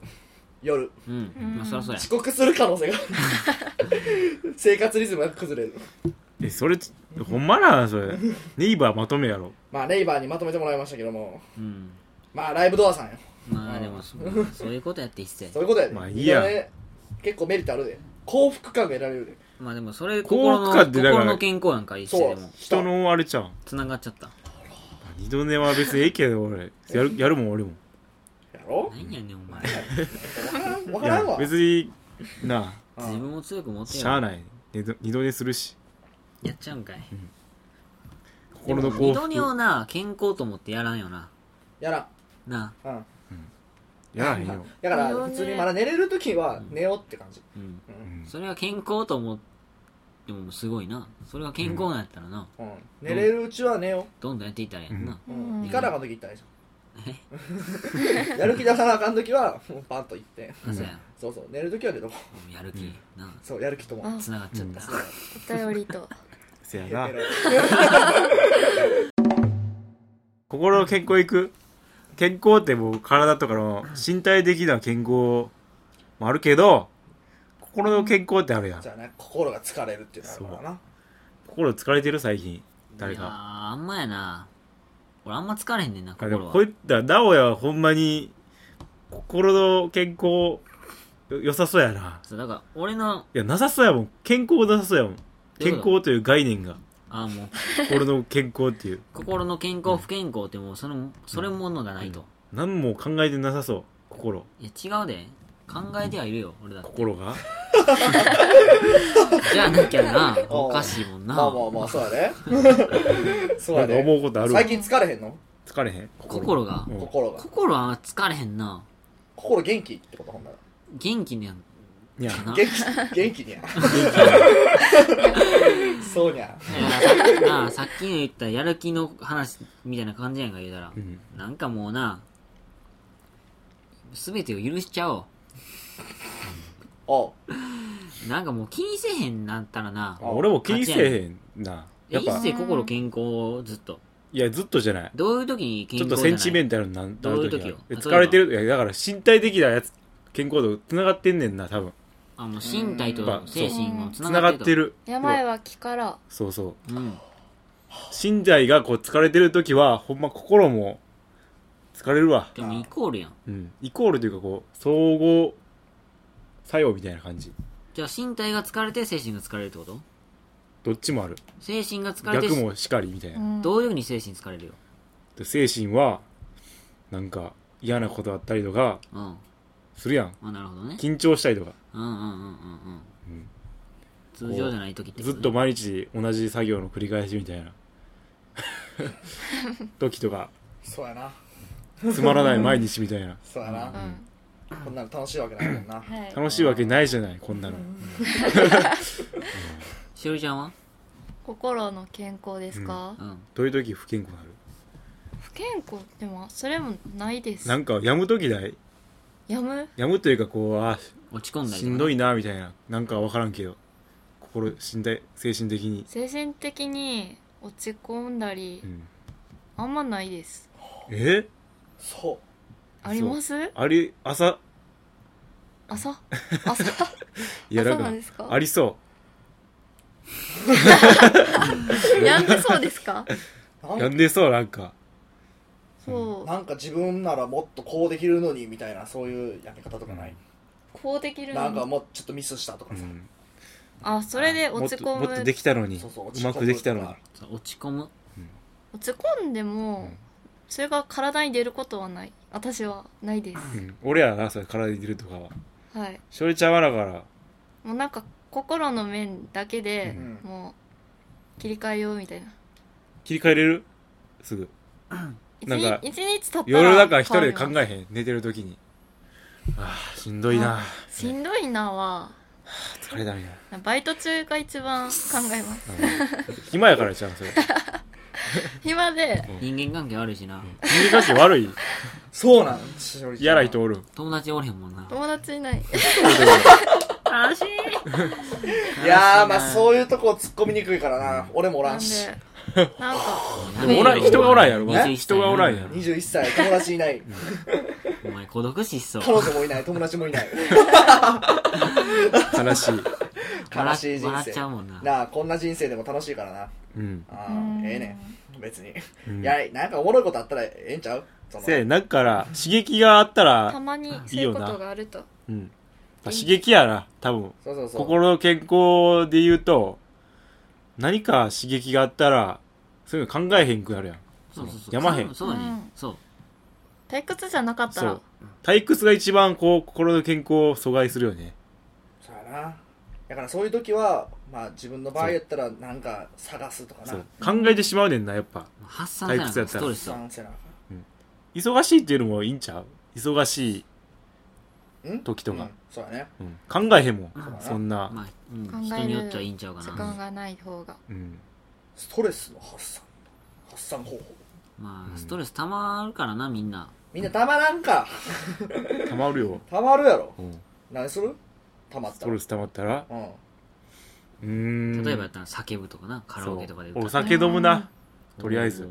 S3: 夜
S1: うんまあそりゃそうや
S3: 遅刻する可能性が生活リズムが崩れる
S2: えそれほんまなんそれネイバーまとめやろ
S3: まあネイバーにまとめてもらいましたけども
S1: うん
S3: まあライブドアさんよ
S1: まあで
S3: う
S1: も
S3: ん
S1: そそういうことやって一世
S3: そういうことやで、
S2: まあいいや
S3: 二度寝結構メリットあるで幸福感が得られるで
S1: まあでもそれ
S2: 幸
S1: 心
S2: 福
S1: の
S2: 感ってだから
S1: 心の健康やんか一
S3: そ
S1: 世で
S3: う
S1: も
S2: 人のあれちゃうん
S1: 繋がっちゃった
S2: 二度寝は別にええけど俺やるやるもん俺も
S3: やろ
S1: 何やねんお
S2: <laughs>
S1: 前
S3: わ
S2: い
S3: から
S2: や
S3: んわ
S2: 別にな
S3: うん
S1: 自分を強く持
S2: あ
S1: て
S2: し
S1: よ
S2: ゃあない二度二度寝するし
S1: やっちゃうんかい
S2: 心の幸
S1: 二度
S2: 福
S1: 寝をな健康と思ってやらんよな
S3: やらん
S1: な
S3: うん
S2: やらへんよ
S3: だから
S4: 二度
S3: 普
S4: 寝
S3: 通にまだ寝れる時は寝ようって感じ
S1: あうん
S2: うん
S1: それは健康と思ってもすごいなそれが健康なんやったらな
S3: うん寝れるうちは寝よ
S1: どんどんやっていったらええやんな
S3: う、う、
S4: うんん
S3: いかなあかん時行ったらいいじゃん <laughs> やる気出さなあかん時はもうパンと行って
S1: あそうや
S3: そうそう寝る時は寝とこう
S1: もうやる気な
S3: そうやる気とも
S4: あ
S1: 繋がっちゃった
S4: お便り
S2: <laughs>
S4: と
S2: せや
S3: ペ
S2: な
S3: ロ
S2: 心の健康いく健康ってもう体とかの身体的な健康もあるけど心の健康ってあるやん
S3: じゃあね心が疲れるっていうのがあるからな
S2: 心疲れてる最近誰
S1: いやー
S2: か
S1: あんまやな俺あんま疲れへんねんな、
S2: あで
S1: 心
S2: も
S1: は。
S2: こういった名古屋はほんまに心の健康よ良さそうやな
S1: そうだから、俺の、
S2: いやなさそうやもん健康なさそうやもん
S1: どういう
S2: 健
S1: こと
S2: 康という概念が
S1: ああ、もう、
S2: 心の健康っていう
S1: 心の健康、不健康ってもう、それも、それものがないと。
S2: 何も考えてなさそう心
S1: いや、違うで。考えてはいるよ、俺だって。
S2: 心が
S1: じゃあなきゃ
S2: <laughs>
S1: な、おかしいもんな。
S3: まあまあまあ、そうやね。
S2: <laughs>
S3: そう
S2: な
S3: や
S2: んか
S3: ね。
S2: 思うことある
S3: 最近疲れへんの
S2: 疲れへん
S1: 心が
S2: う、ん
S3: 心が。
S1: 心は疲れへんな。
S3: 心元気ってことほんなら。
S1: 元気にやん
S2: いや
S1: かな。
S3: 元気、元気にゃ。そうにゃ。
S1: だからなあさっきの言ったやる気の話みたいな感じやんか言うたら
S2: う。ん
S1: なんかもうな、すべてを許しちゃお
S3: おう
S1: う。なんかもう気にせえへんなったらな、
S2: 俺も気にせえへんな
S1: え
S2: やっ
S1: い
S2: ぱ
S1: つで心健康ずっと。
S2: いやずっとじゃない
S1: どういう時に健
S2: ちょっ
S1: 康じゃ
S2: と
S1: ない
S2: センチメンタルにななる
S1: どういう
S2: 時
S1: 時よ
S2: が疲れてるいやだから身体的なやつ健康度つながってんねんな多分
S1: あの身体
S2: うんやっ
S1: と
S2: ぱ
S1: 精神をつ
S2: つ
S1: な
S2: な
S1: が
S2: が
S1: っ
S2: ってて
S1: る
S2: る
S4: 病は気から
S2: そうそう
S1: と。うん。
S2: 身体がこう疲れてる時はほんま心も疲れるわ、
S1: でもイコールやん。
S2: うん、イコールというかこう総合作用みたいな感じ
S1: じゃあ身体が疲れて精神が疲れるってこと
S2: どっちもある
S1: 精神が疲れて
S2: 逆もしかりみたいな、
S1: どういうふうに精神疲れるよ。
S2: で精神はなんか嫌なことあったりとか
S1: うん。
S2: するやん
S1: あ、なるほどね。
S2: 緊張したりとか
S1: うんうんうんうんうん。
S2: うん
S1: 通常じゃない時ってこ
S2: ずっと毎日同じ作業の繰り返しみたいな
S4: <laughs>
S2: 時とか
S3: そうやな。
S2: つまらない毎日みたいな
S3: そうや
S4: う
S3: な。
S4: ん
S3: こんなの楽しいわけないもんな。
S4: はい
S2: 楽しいわけないじゃないこんなの
S1: しおりちゃんは
S4: 心の健康ですか
S1: うん。
S2: どういう時不健康になる
S4: 不健康でもそれもないです
S2: なんかやむ時ない
S4: やむ
S2: やむというかこうあ
S1: 落ち込んだり
S2: し
S1: とかね
S2: んどいなみたいななんか分からんけど心身体精神的に、
S4: 精神的に落ち込んだり
S2: うん、
S4: あんまないです
S2: え
S3: そ
S2: そう
S4: あります
S2: あり朝
S4: 朝朝
S2: いや
S4: あ
S2: なん
S4: そう
S2: か
S4: なんですか
S2: ありそ
S4: やんでそうですか
S3: う。
S2: う
S3: な
S2: や
S3: ん
S2: んでそうなんか
S4: そう
S3: なんか自分ならもっとこうできるのにみたいな、そういうやり方とかない。
S4: こうできる
S3: なんか
S4: のに
S3: もうちょっとミスしたとか
S2: う
S3: さ。
S2: ん
S4: あそれで
S2: も
S4: 落
S2: っ
S4: ち
S2: と
S4: 込
S2: も
S4: む
S2: っとで
S4: 落
S2: きたのに
S3: そうそう
S2: う
S3: 落ち込む
S2: まくできたのに
S3: とか
S1: そう落ち込む。
S4: ち込んでも
S2: ん
S4: それが体に出ることはない私はないで
S2: うん俺やなそれ体に出るとかは
S4: すはい
S2: しおりちゃんはだから
S4: もうなんか心の面だけで
S3: う、ん。
S4: もう切り替えようみたいな
S2: 切り替えれるすぐ
S4: 一
S2: なんか
S4: 日一日経ったら
S2: 夜だから一人で考
S4: 変わ
S2: えへん寝てる時にあーしんどいな
S4: ありますしんどいなは
S2: 疲れたみたい
S4: バイト中が一番考えます
S2: なうん暇やからちゃん <laughs> それ
S4: 暇で
S1: 人間関係悪いしな。
S2: 人間関係悪い
S3: そうなんしおりちゃん
S2: 嫌な人おる
S1: 友達おれへんもんな。
S4: 友達いない
S1: 悲しい。
S3: いやー、まあそういうとこ突っ込みにくいからな。俺もおら
S4: なん
S3: んし。
S4: でなんか
S1: や
S2: で
S1: めろ
S2: もおらん人がおらんやろ
S1: 21歳
S2: 人がおらんやろ
S3: 21歳、友達いない。
S1: お前孤独死しそう。
S3: 彼女もいない、友達もいない。
S2: 悲しい
S3: 悲しい人
S1: 笑っちゃう
S3: 生。
S1: もんな。
S3: なあ、こんな人生でも楽しいからな。
S2: うん
S3: あ
S4: う
S3: ー
S4: ん
S3: ええねん。別に。
S2: うん
S3: いや、なんかおもろいことあったらええんちゃうその
S2: せやなんから刺激があった
S4: た
S2: ら、
S4: まにそういうことがあると
S2: うん、刺激やな多分
S3: そうそうそう。
S2: 心の健康で言うと何か刺激があったらそういうの考えへんくなるやん
S1: そうそうそう。
S2: やまへん
S1: そうだ
S4: う
S1: ね
S4: ん。
S1: そう。
S4: 退屈じゃなかったら
S2: そう退屈が一番こう心の健康を阻害するよね
S3: そうやな。だからそういう時は、まあ自分の場合やったら、なんか探すとか
S2: そう
S3: な。
S2: 考えてしまうねんなやっぱ
S1: 発散せなあかん
S2: 退屈やった
S1: ス
S2: ら
S1: トレスを。
S3: 探せなあかん。
S2: 忙しいっていうのもいいんちゃう忙し
S3: ん
S2: い時とか
S3: うん、そうやね。
S2: うん、考えへんもん
S3: ん
S2: そんな、
S1: まあ、うん
S4: 考え
S1: 人
S4: る
S1: によっちゃいいんちゃうか
S4: 時
S1: な
S4: 間。がない方が
S2: うん、
S3: ストレスの発散。発散方法。
S1: ま
S2: う
S1: あ、
S2: ん
S1: ストレス溜まるからな、みんな。
S3: みんなたまらんか。
S2: たまるよ、
S3: たまるやろ。
S2: うん、
S3: 何するたまっ
S2: ス
S3: た
S2: ト
S3: ら。
S2: レスたまったら
S3: うん。
S2: うーん
S1: 例えばやったら叫ぶとかな、カラオケとかで
S2: そう
S1: 歌
S2: お
S1: う。
S2: 酒飲むな
S1: うん
S2: とりあえず。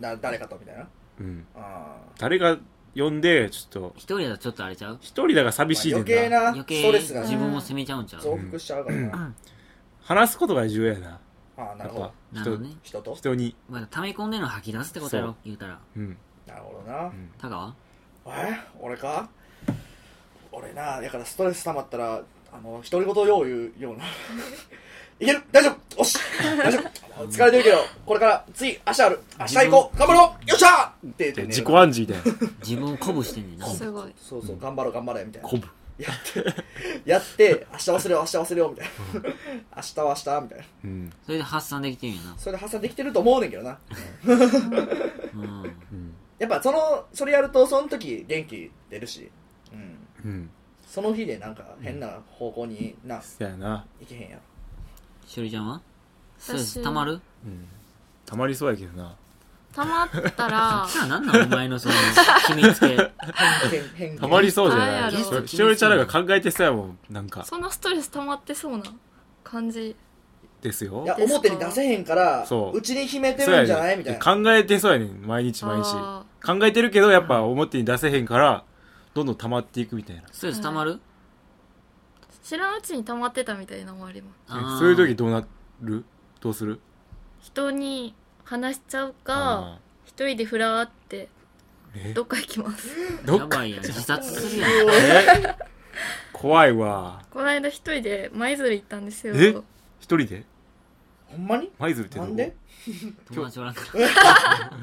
S3: な誰かとみたいな。
S2: うん
S3: あ
S2: 誰が呼んでちょっと
S1: 一人だとちょっとあれちゃう
S2: 一人だから寂しいね
S3: 余
S2: んな,、
S3: 計な
S1: 余
S3: ス
S1: 計
S3: トレスが
S1: 自分を責めちゃうんちゃう
S3: 増幅しちゃうからな。
S2: 話すことが重要やな
S3: ああ
S2: や
S3: なる
S2: っ
S3: ほど
S2: ぱ
S1: なるほど
S2: 人,、
S1: ね。
S3: 人と
S2: 人に、
S1: まあ、溜め込んでるの吐き出すってことや
S2: そ
S1: ろ
S2: う、
S1: 言うたら。
S2: うん
S3: なるほどな、
S2: うん、
S1: タカは
S3: え俺か俺なだからストレス溜まったらあの独り言をよう言うような <laughs> いける大丈夫おし大丈
S2: <laughs>
S3: 夫疲れてるけどこれから次明日ある明日行こう頑張ろうよっしゃーって言っ
S2: で
S3: て寝る
S2: 自己暗示みたいな
S1: <laughs> 自分を鼓舞してんねんな。
S4: すごい
S3: そうそう頑張ろう頑張れみたいな
S2: 鼓舞
S3: やって <laughs> やって明日忘れよう明日忘れようみたいな <laughs> 明日は明日みたいな
S2: うん
S1: それで発散できてるんやな。
S3: それで発散できてると思うねんけどな
S1: うん。
S2: うん
S3: やっぱそのそれやるとその時元気出るしうん
S2: うん
S3: その日でなんか変な方向にな、
S2: そやない
S3: けへんやろ
S1: しおりちゃんはストレス
S4: 私
S1: 溜まる
S2: うんたまりそうやけどな
S4: たまっ
S2: <laughs>
S4: たら
S1: じゃあなんなんお前のその、決めつけ。
S3: 変変
S2: たまりそうじゃな
S4: あれやろ
S2: いししおりちゃんなんか考えてそうやもんなんか
S4: そんなストレス溜まってそうな感じ
S2: ですよ
S3: いや
S4: ですか
S3: 表に出せへんから
S2: そう
S3: うちに秘めて
S2: そうや
S3: る
S2: ね
S3: んじゃないみたいな
S2: 考えてそうやねん毎日毎日
S4: あ
S2: 考えてるけどやっぱ表に出せへんからどんどん溜まっていくみたいな
S1: ストレス溜まる
S4: 知らんうちに溜まってたみたいなのもあります
S1: あー
S2: そういう時どうなるどうする
S4: 人に話しちゃうか
S2: あ
S4: 一人でふらーって
S2: ーえ
S4: どっか行きます
S2: ど
S1: や
S2: っか
S1: ばいやん。自殺するやん。
S2: え怖いわ
S4: この間一人で舞鶴行ったんですよ
S2: え一人で
S3: ほんまに
S2: 舞鶴ってど
S3: な
S2: こ
S3: んで
S1: 友達おらんから。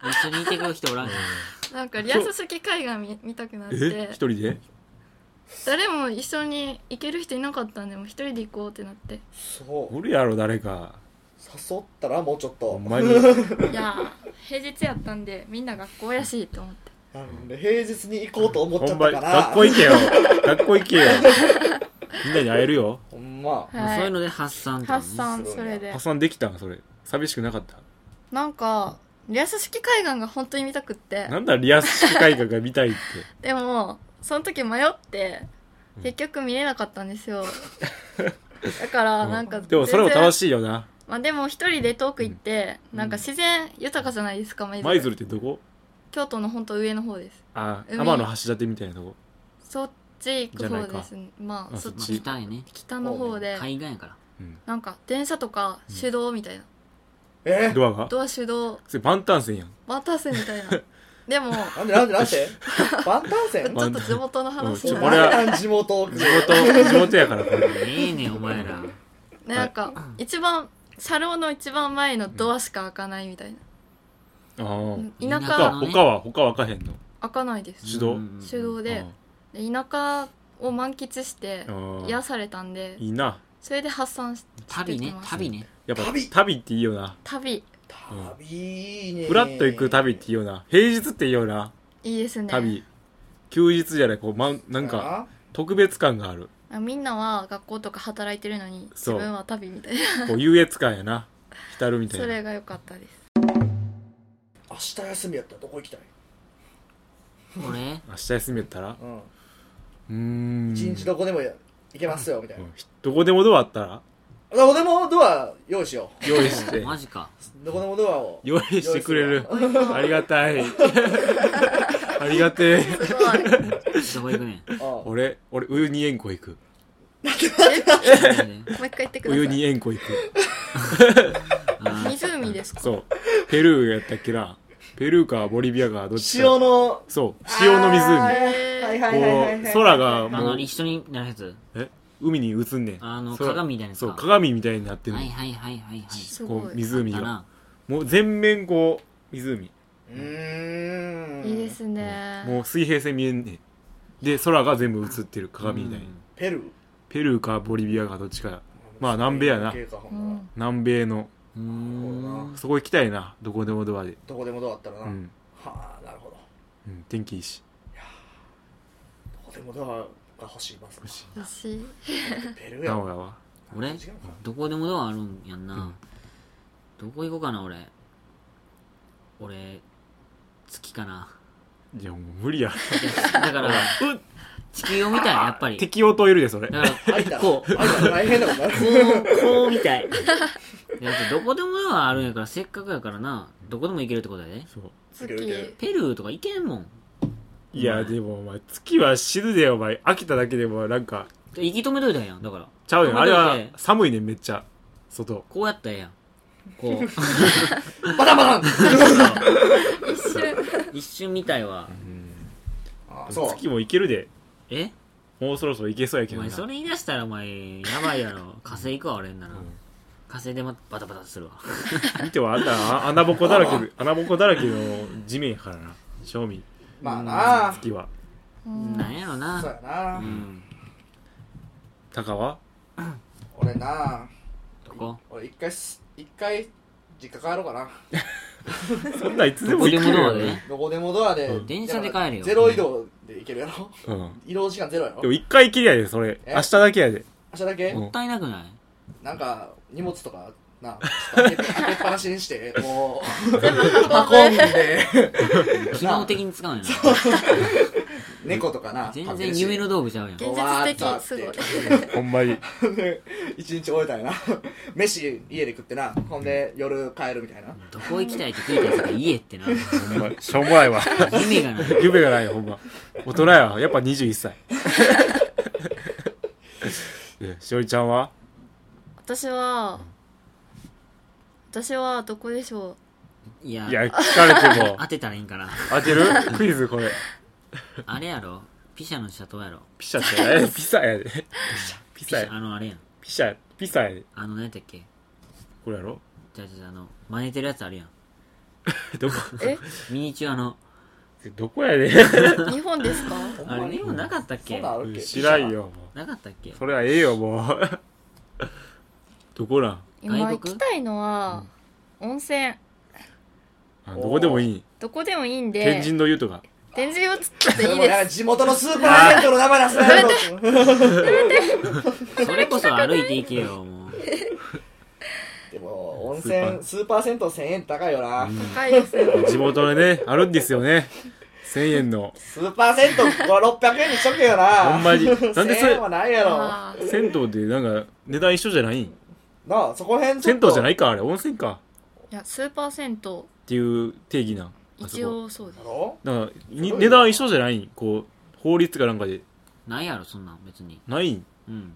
S1: 一緒にいてくる人おらんから。
S4: なんかリアス式海岸見見たくなっ
S2: え
S4: て
S2: 一人で
S4: 誰も一緒に行ける人いなかったんでもう一人で行こうってなって
S3: そう
S2: おるやろ誰か
S3: 誘ったらもうちょっ
S2: お
S3: と
S2: 前に
S4: いやー平日やったんでみんな学校やしと思って
S3: なんで平日に行こうと思っち
S2: ほ
S3: ゃっ
S2: んま
S3: た
S2: に
S3: から
S2: 学校行けよ学校行けよみんなに会えるよ
S3: ほんま
S4: はい
S1: そういうので発散ってことね
S4: 発散
S3: すごい
S4: そ
S3: な
S4: れで
S2: 破産できたそれ寂しくなかった
S4: なんかリアス式海岸が本当に見たくって
S2: なんだリアス式改革が見たいって
S4: でもその時迷って
S2: うん
S4: 結局見れなかったんですよだからなんか
S2: でもそれも楽
S4: い、
S2: しいよな
S4: まあ、でも一人で遠く行って、
S2: うん
S4: なんか自然豊かじゃないですか舞鶴
S2: 舞鶴ってどこ
S4: 京都の本当上の方です
S2: あ
S4: 海
S2: 天の橋立みたいなとこ
S4: そっち行く方ですねまあ
S2: あ
S4: そっ
S1: まあ、
S4: ち
S1: 北やね。
S4: 北の方で
S1: 海岸やから。
S2: うん
S4: なんか電車とか手動みたいな、
S3: え
S2: ドアが
S4: ドア手動
S2: それ万端線やん
S4: 待たせみたいなでも
S3: なんでなんで
S2: <laughs>
S3: なんで万端
S4: ち
S3: 線
S4: ょっと地元の
S2: うん
S4: 話
S2: ちょ
S4: な
S2: っ
S4: ん
S2: とこ
S4: で
S2: れは
S3: なん地元
S2: 地元 <laughs> 地元やからこれ
S1: ええねん、お前ら。
S4: ねなんか一番車両の一番前のドアしか開かないみたいな、
S2: ああ
S1: 田
S4: 田
S1: 舎
S4: 舎
S1: の
S2: 他は他は開かへんの
S4: 開かないです
S2: 手動
S1: うん
S4: 手動でで田舎を満喫して
S2: あー
S4: 癒されたんで
S2: いいな
S4: それで発散し
S1: 旅
S4: して
S1: ね
S4: き、ます
S1: 旅ね。
S2: やっぱ
S3: 旅
S2: 旅っていいよな
S4: 旅
S3: 旅いいね
S2: ふらっと行く旅っていいよな平日っていいよない
S4: いですね
S2: 旅休日じゃないこうまんなんか特別感がある
S4: あみんなは学校とか働いてるのに自
S2: そう
S4: 分は旅みたいな
S2: こ
S4: <laughs>
S2: う優越感やな浸るみた
S4: そ
S2: いな
S4: れが良かったです
S3: 明日休みやったらどこ行きたい
S1: 俺、
S2: 明日休みやったら
S3: うん
S2: うーん
S3: 一日どこでも行けますよみたいな
S2: うんどこでもドアあったら
S3: どこでもドア用意しよ
S2: 用意
S4: <laughs>
S2: して
S1: マジか。
S3: うどこでもドアを
S2: 用意してくれる
S3: 用意 <laughs>
S2: ありがたい <laughs> ありがてえ
S4: すごい
S1: どこ行くねん。
S3: するわうん
S2: 俺俺ウユニ塩湖行く
S4: もう一回言ってくだ
S2: ウ
S4: さ
S2: ユ
S4: い
S2: ニ塩湖行く
S1: あー
S4: 湖ですか
S2: そうペルーやったっけなペルーかボリビアかどっち
S3: 塩
S2: か
S3: の
S2: そう塩の
S3: あ
S2: 湖
S3: ーはいはいはいはい
S2: こ
S3: は
S2: う
S3: い
S2: 空が
S1: あ
S2: も
S1: の、
S2: う
S1: 一緒になるやつ。
S2: え海に映んねん
S1: あの
S2: そう
S1: 鏡みたいなやつか
S2: そう鏡みたいになってる
S1: はいはいはいはいはい。
S4: すご
S2: こ
S4: いう
S2: 湖
S1: だ
S2: が
S1: な。
S2: もう全面こう湖
S3: うーん
S4: いいですね
S2: もう水平線見えんねんで空が全部映ってる鏡みたいに
S1: うん
S3: ペルー
S2: ペルーかボリビアかどっちかまあ南米やな
S3: 経過ほ
S4: うん
S3: なら
S4: ん
S2: 南米の
S1: うーん。
S2: そこ行きたいなどこでもドアで
S3: どこでもドアあったらな、
S2: うん、
S3: はあなるほど
S2: うん、天気いいし
S3: どこでもドアが欲しいます
S2: 欲しい
S4: 私
S3: ペルーや
S2: 名
S3: もん
S2: 古屋は
S1: 俺、どこでもドアあるんやんな。どこ行こうかな、俺。俺、月かな。
S2: いやもう無理や
S1: いやだから、地球を見たい、やっぱり。
S2: 敵応といるでそれ
S1: だか
S3: 開いた
S1: ら、
S2: <laughs>
S3: ら
S1: こう。
S3: 開いたら大変だもんな
S1: こう、こうみたい。いや、どこでもドアあるんやから、せっかくやからな、どこでも行けるってことやで。
S2: そう
S4: 月
S3: いけるい
S1: ペルーとか行けんもん。
S2: いやでもお前月は死ぬでお前飽きただけでもなんか
S1: 行き止めといたんやん、だから。
S2: ちゃうよあれ
S1: 止め
S2: は
S1: といて
S2: 寒いねんめっちゃ外
S1: こうやったらええやんこ
S2: <laughs>
S1: う
S3: バタンバタン
S4: 一瞬
S1: 一瞬みたいわ
S3: あーそう
S2: 月も行けるで
S1: え
S2: もうそろそろ行けそうやけ
S1: お
S2: ど
S1: 前
S2: な
S1: それ言い出したらお前やばいやろ火星行くわ俺んなら、
S2: うん
S1: 火星でまバタバタするわ
S2: 見てはあんたあ穴ぼこだら
S1: <laughs>
S2: けで穴ぼこだらけの地面やからな正味
S3: まあなあ
S2: 月は
S4: うん
S1: なんやろな
S3: そうやな
S1: うん
S2: 高は
S3: 俺な
S1: どこ
S3: 俺一回す一回実家帰ろうかな
S2: そんなんいつでも
S1: こ
S2: 行
S1: れも
S2: ける
S1: ど
S2: よ
S1: う
S2: ね
S1: ね
S3: どこでもドアで
S2: うん
S1: 電車で帰るよ
S3: ゼロ移動で行けるやろ
S2: うん
S3: 移動時間ゼロやろ
S2: でも
S3: 明
S2: 一回きりやでそれ
S3: え
S2: 明日だけやで
S3: 日だけ
S2: うん
S1: もったいなくない
S3: なんか荷物とかなちょっと開け開けっぱなしに
S1: <laughs>
S3: してもう運
S4: 運
S3: ん
S4: ん
S3: で
S1: 機能的に使うんや
S3: 猫とかな
S1: な全然夢の道具ちゃうやん
S4: 現実的すごい
S2: ほんまに
S3: <laughs> 一日終えたいな飯家で食ってなほんで夜帰るみたいな
S1: どこ行きたいって聞いたやつが家ってな
S2: ほんましょうもないわ
S1: 夢がない
S2: 夢がないほんま大人やわやっぱ21歳ねしおりちゃんは
S4: 私は私はどこでしょ
S1: いや
S2: いや聞かれても
S1: 当てたらいいんかな
S2: 当 <laughs> てるクイズこれ
S1: あれやろピシャのシャトーやろ
S2: ピシャってないピサやでピ
S1: ピ
S2: サ
S1: シャ
S2: や
S1: あのあれやん
S2: ピシャピサやで
S1: あの何やったっけ
S2: これやろ
S1: じゃあじゃああの真似てるやつあるやん
S2: どこ
S4: うえ
S1: ミニチュアの
S2: どこやで <laughs>
S4: 日本ですか
S3: ほん
S1: あ
S3: ま
S1: れ
S3: に
S1: 日本なかったっ
S3: そ
S1: け
S3: んなんあ
S1: な
S3: るっけ
S2: 知らんよも
S1: かったっけ
S2: うそれはええよもうどこなん
S4: 今
S1: 外
S4: 行
S1: 国
S4: きたいのは、温泉
S2: あどこでもいい
S4: どこでもいいんで
S2: 天神の湯とか
S4: 天神をつったって
S3: それ
S4: いい
S3: も
S2: <laughs>
S4: で
S3: なん
S4: す
S3: か地元のスーパー銭湯の名前出すなやろ
S1: それこそ歩いていけよもう
S3: でも温泉スーパー銭湯1000円高いよな、
S4: 高いです
S2: 地元でねあるんですよね1000円の
S3: スーパー銭湯これ600円にしとけよな
S2: ほんまになんでそれ
S3: 1000円はないやろな
S4: あ
S2: 銭湯でなんか値段一緒じゃないん
S3: あそこら辺ちょっ
S2: 銭
S3: と
S2: 湯じゃないいかあれ温泉か
S4: ーいやスーパー銭
S2: っていう定義なん
S4: 湯
S2: あそ
S4: 一
S2: こ
S4: 応そうです
S3: だろ
S2: だから
S3: す
S2: に
S3: ごいな
S2: 値段一緒じゃないんこう法律かなんかで
S1: ないやろそんなん別に
S2: ないん
S1: うん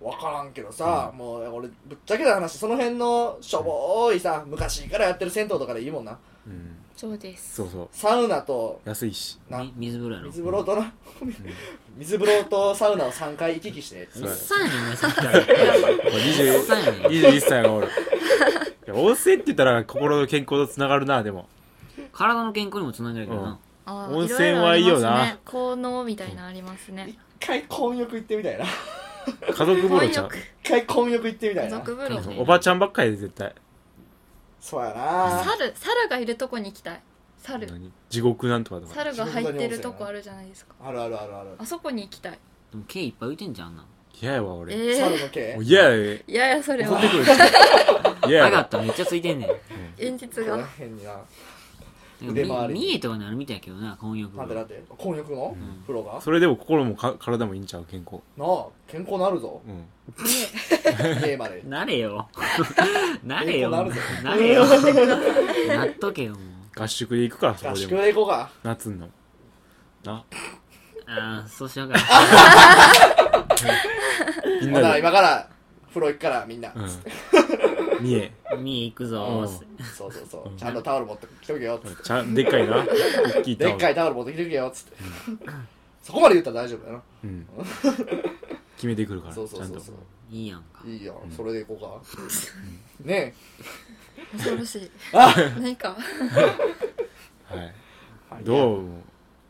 S3: 分からんけどさ、もう俺ぶっちゃけた話その辺のしょぼーいさ昔からやってる銭湯とかでいいもんな
S2: うん
S4: そうです
S2: そうそう
S3: サウナと
S2: 安いし
S3: な
S1: み水風呂やろ
S3: 水風呂とな水風呂とサウナを3回行き来して
S2: そう
S1: おっ
S2: や
S1: さんやねんお前さっきから
S2: もう
S4: <laughs>
S1: おっさんやね <laughs> ん
S2: 21歳がおるいや温泉って言ったら心の健康とつながるなでも
S1: 体の健康にもつながるけどな
S4: あー
S2: 温泉はいいよな
S4: ろろありますね効能みたいなのありますね
S3: 一回混浴行ってみたいな
S2: 家族風呂ちゃう
S4: 混浴
S3: 一回混浴行ってみたい
S4: 家
S3: な
S4: 族風呂
S1: そう
S2: おばちゃんばっかりで絶対
S3: そうやな
S4: 猿猿がいるとこに行きたい猿
S2: 何地獄なんとかとか
S4: 猿が入ってるとこあるじゃないですか
S3: あるあるあるある
S4: あそこに行きたい
S1: でも毛いっぱい浮いてんじゃんあんな
S2: 嫌やわ俺、
S4: ええ
S3: 猿の
S2: も
S3: 毛
S2: う嫌やで
S4: いやいやそれ
S2: 襲っ
S4: は
S2: てくる嫌
S1: 上
S2: や
S1: が
S2: わ
S1: ったらめっちゃついてんねん
S4: 現実
S3: この
S4: が
S3: 辺にな腕
S1: で
S3: 回
S1: も
S3: り
S1: み三重とかにあるみたいやけどな混浴
S3: なんでなんで混浴の
S1: ん
S3: 風呂が
S2: それでも心もか体もいいんちゃう健康
S3: なあ健康なる <laughs> ぞ
S2: うん
S3: 家まで
S1: なれよなれよ
S3: 健康なるぞ
S1: なれよなっとけよもう
S2: 合宿で行くからそ
S3: 合
S2: こで
S3: 宿
S2: も
S3: で行こうか
S2: 夏のな
S1: ああそうしようか
S2: みん
S3: ほんな
S2: な
S3: ら
S2: で
S3: 今から風呂行くからみんな
S2: うん三重
S1: 三重行く
S2: うん
S1: ぞ
S3: そうそうそうちゃんとタオル持ってきておけよつって
S2: ちゃんでっかいな大きいタオ
S3: で
S2: ル
S3: っかいタオル持ってきておけよつってそこまで言ったら大丈夫やな
S2: うん、決めてくるから
S3: そうそうそう
S2: ち
S3: そ
S2: ゃんと
S3: う
S1: いいやんか
S3: いいよそれで行こうかね
S4: 恐ろしい
S3: あ
S4: 何か
S2: はい
S3: え
S2: どう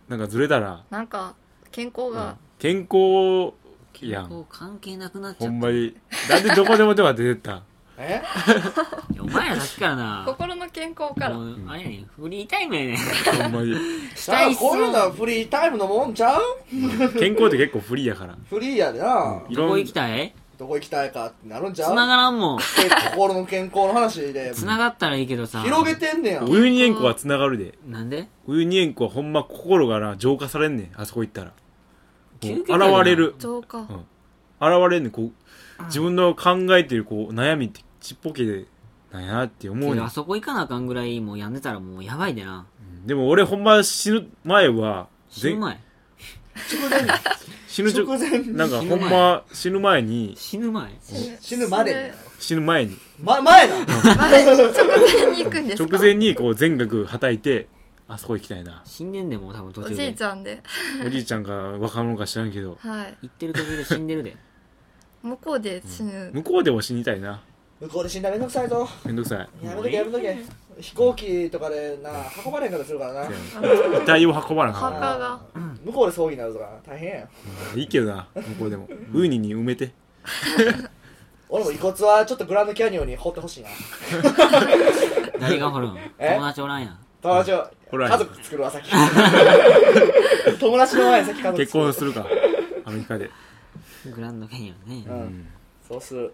S2: なんかずれたら、
S4: なんか健康が
S2: 健康や
S1: こ
S2: ん
S1: う関係なくなっち
S2: ほ
S1: ゃっ
S2: ん
S1: た
S2: まになんでどこでもでは出てったん
S3: え
S1: いやお前らさっきからな
S4: 心の健康から
S1: もうあれやねんフリータイムやねん
S2: ほんまに
S1: したい
S3: あ
S1: 質
S3: こういうのは
S1: 問
S3: フリータイムのもんちゃう
S2: 健康って結構フリーやから
S3: フリーやでな
S2: うん
S1: どこ行きたい
S3: どこ行きたいかってなるんちゃう
S1: 繋がらんもん
S3: で心の健康の話で
S1: 繋がったらいいけどさ
S3: 広げてんねや
S2: ウユニ塩湖はつながるで
S1: なんで
S2: ウユニ塩湖はほんま心がな浄化されんねんあそこ行ったらもう
S1: 究
S2: 現
S1: 極やな
S2: れる
S4: 浄化
S2: うん現れんねんこう自分の考えてるこう悩みってちっぽけでなんやなって思う
S1: け
S2: ね
S1: ど
S2: ん
S1: あそこ行かなあかんぐらいもうやんでたらもうやばいでな
S2: でも俺ほんま死ぬ前は
S1: 死ぬ
S2: 前
S1: 前
S3: 直前に
S2: 死ぬ直
S3: 直前に
S2: なんかほんま死ぬ前に
S1: 死ぬ前
S3: 死ぬまで
S2: 死ぬ前に
S3: ま、前だ
S4: 死ぬに行くんです
S2: 直
S4: か
S2: 前にこう全額はたいてあそこ行きたいな
S1: 死んでんでもう多分途
S4: お
S1: 中
S4: じい
S1: で
S4: ちゃんで
S2: おじいちゃんか若者か知らんけど
S4: はい
S1: 行ってる途中で死んでるで
S4: 向こうで死ぬ、
S2: 向こうでも死にたいな
S3: 向こうで死んだめんどくさいぞ
S2: めんどくさい
S3: やめとけやめとけ飛行機とかでな運ばれへんからするからな
S2: 遺体を運ばなあかん
S4: 墓が
S3: 向こうで葬儀になるとか大変やん
S2: いいけどな向こうでもウニに埋めて
S3: 俺も遺骨はちょっとグランドキャニオンに放ってほしいな
S1: 誰が掘るん
S3: え
S1: 友達おらんやん
S3: 友達を
S2: ほら
S3: 家族作るわ先
S2: <laughs>
S3: 友達の前に先家族作る
S2: 結婚するかアメリカで
S1: グランドキャニオン
S3: う
S1: ね
S3: んそうする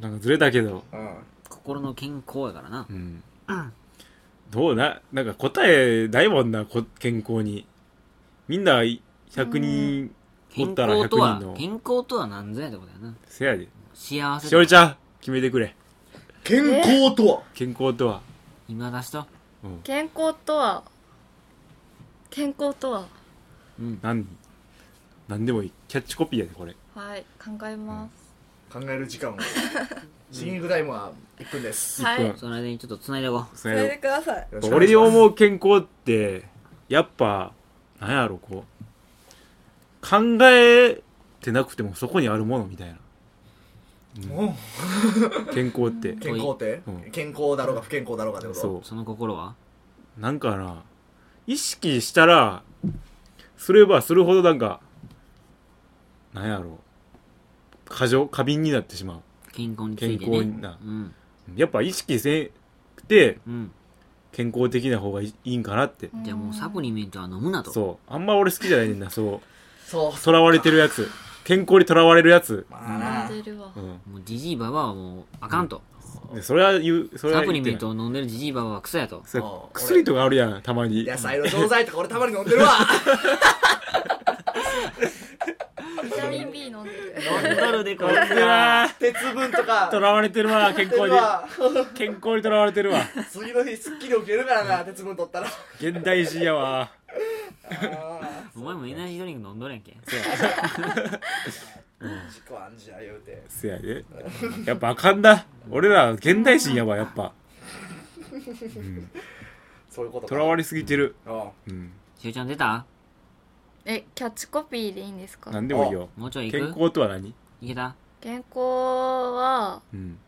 S2: なんかずれたけど
S3: うん
S1: 心の健康やからな
S2: うんどうななんか答えないもんなこ健康にみんない100人お
S1: 健
S2: ったら100
S1: 康とは
S2: 人の
S1: 健康とは何ぞやってことやな
S2: せやで
S1: 幸せ
S2: しおりちゃん決めてくれ
S3: 健康とは
S2: 健康とは
S1: 今出しと
S4: 健康とは健康とは
S2: 何何でもいいキャッチコピーやでこれ
S4: はい考えます、
S3: 考える時間をシングタイムは1分です
S4: はい
S2: うん
S1: その間にちょっと繋いでおこう
S2: そ
S4: それで
S2: れ
S4: ください
S2: 俺に思う健康ってやっぱなんやろこう考えてなくてもそこにあるものみたいな
S3: も
S2: 健康って
S3: う健康って
S2: うん
S3: 健康だろうが不健康だろうがってこと
S2: そ
S1: その心は
S2: うなんかな意識したらすればするほどなんかなんやろ過剰過敏になってしまう
S1: 健康につ
S2: 健
S1: いて
S2: 康
S1: ね
S2: にな
S1: うん
S2: やっぱ意識せんくて
S1: うん
S2: 健康的な方がいいいいんかなって
S1: じゃあもうサプリメントは飲むなと
S2: そうあんま俺好きじゃないねんなそう
S3: そう
S2: 囚われてるやつ健康に囚われるやつ、
S3: まあ
S4: 飲
S3: なん
S4: でるわ
S2: うん、
S1: もうジジイババアはもうあかんと
S2: でそれは言うそれは
S1: サ
S2: 言
S1: プリ
S2: ってな
S1: メ
S2: い
S1: ントを飲んでるジジイババアはクソやと
S2: それ
S3: ああ
S2: 薬とかあるやんたまに
S3: 野菜の錠剤とか俺たまに飲んでるわ
S2: <laughs>
S4: ビタミン B 飲んでる
S1: 飲んどるでこいつ
S2: うわー
S3: 鉄分とか
S2: 囚われてるわ健康に
S3: に
S2: 健康に囚われてるわ
S3: 次の日すっきり起きれるからな鉄分取ったら
S2: 現代人やわ
S3: あ
S1: <laughs> お前もエナジードリンク飲んどるやんけ
S3: ー自己暗示や言うて
S2: せやでやっぱあかんだ俺ら現代人やわやっぱ
S3: そういうこと
S2: 囚
S3: か
S2: われすぎてる
S3: うん
S2: うん
S1: しおちゃん出た
S4: えキャッチコピーでいいんですか
S2: 何でもいいよ
S1: もうちょい
S2: 健
S1: 行く
S2: 康とは何
S1: いけた
S4: 健康は
S2: うん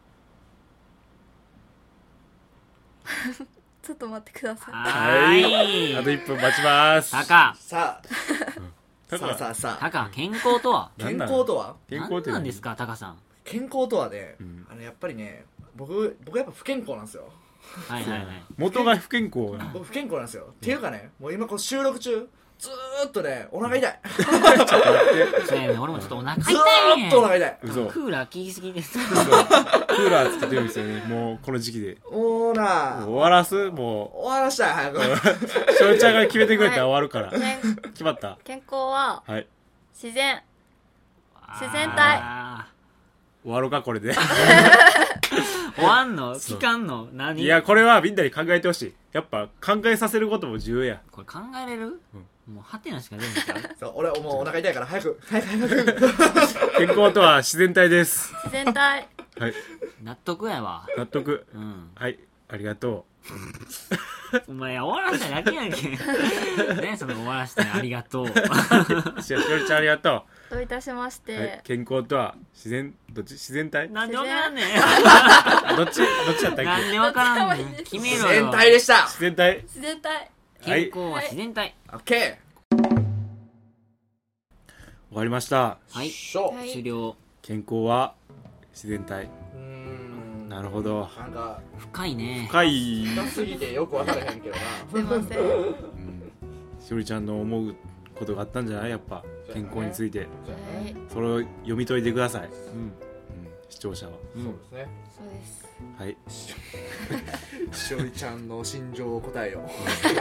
S4: ちょっと待ってくださ
S1: は
S2: あ
S1: ー
S2: と
S1: い
S2: 1分待ちます
S1: タカ
S3: さあ
S2: タ
S3: さあ
S2: カ
S3: さあさあ
S1: タカ健康とは
S2: な
S3: 健
S2: んなん
S3: 康とは
S2: 健康っ
S1: 何
S2: て
S1: なんですかタカさん
S3: 健康とはね
S2: うん
S3: あのやっぱりね僕僕やっぱ不健康なんですよ
S1: はいはいはい
S2: 元が不健康な
S3: 僕不健康なんですよっていうかねもう今こう収録中ずーっとねお腹痛い
S1: そうやね俺もちょっとお腹痛
S3: ず
S1: いね
S3: ーっとお腹痛い
S2: 嘘
S1: クーラー効きすぎです
S2: そうクーラーつけてるんですよねもうこの時期で
S3: もうな
S2: 終わらすも
S3: 終わらしたい早く
S2: <laughs> うしおりちゃんが決めてくれたら終わるから
S4: い健
S2: 決まった
S4: 健康は
S2: はい
S4: 自然 <laughs> 自然体
S1: あ
S2: 終わろうかこれで
S1: ー終わんの
S2: そう
S1: 聞かんの何
S2: いやこれはみんなに考えてほしいやっぱ考えさせることも重要や
S1: これ考えれるもうハテナしか出ないから
S3: そう俺もうお腹痛いから早く早く早く
S2: 健康とは自然体です
S4: 自然体
S2: はい
S1: 納得やわ
S2: 納得
S1: うん
S2: はいありがと
S1: お前終わらせただけやんけねその終わらせてありがとう
S2: うしおしおりちゃんありがと
S4: といたしまし
S2: う、はい
S4: て、
S2: 健康とは自然どっち自然体どっ
S1: なんでわからんねん
S2: ちどっちだったっ
S1: なん
S2: け
S1: でわからんねん決めろ
S3: 全
S1: よ
S3: 体でした
S2: 自然体
S4: 自然体
S2: は
S1: 健
S2: い
S1: 康は自然体
S3: オッケ
S2: 終わりました
S3: ー
S1: はい
S3: しょ
S4: はい
S1: 終了
S2: 健康は自然体
S3: うーん
S2: なるほど
S3: なんか
S1: 深いね
S2: 深い、
S3: 深すぎてよくわからへんけどな
S4: すいませんは
S2: うん、しおりちゃんの思うことがあったんじゃないやっぱ健康について
S4: い
S2: それを読み解いてください、うん
S1: ん
S2: 視聴者は
S3: そうですね
S4: そうです
S2: はい <laughs>
S3: しおりちゃんの心情を答えを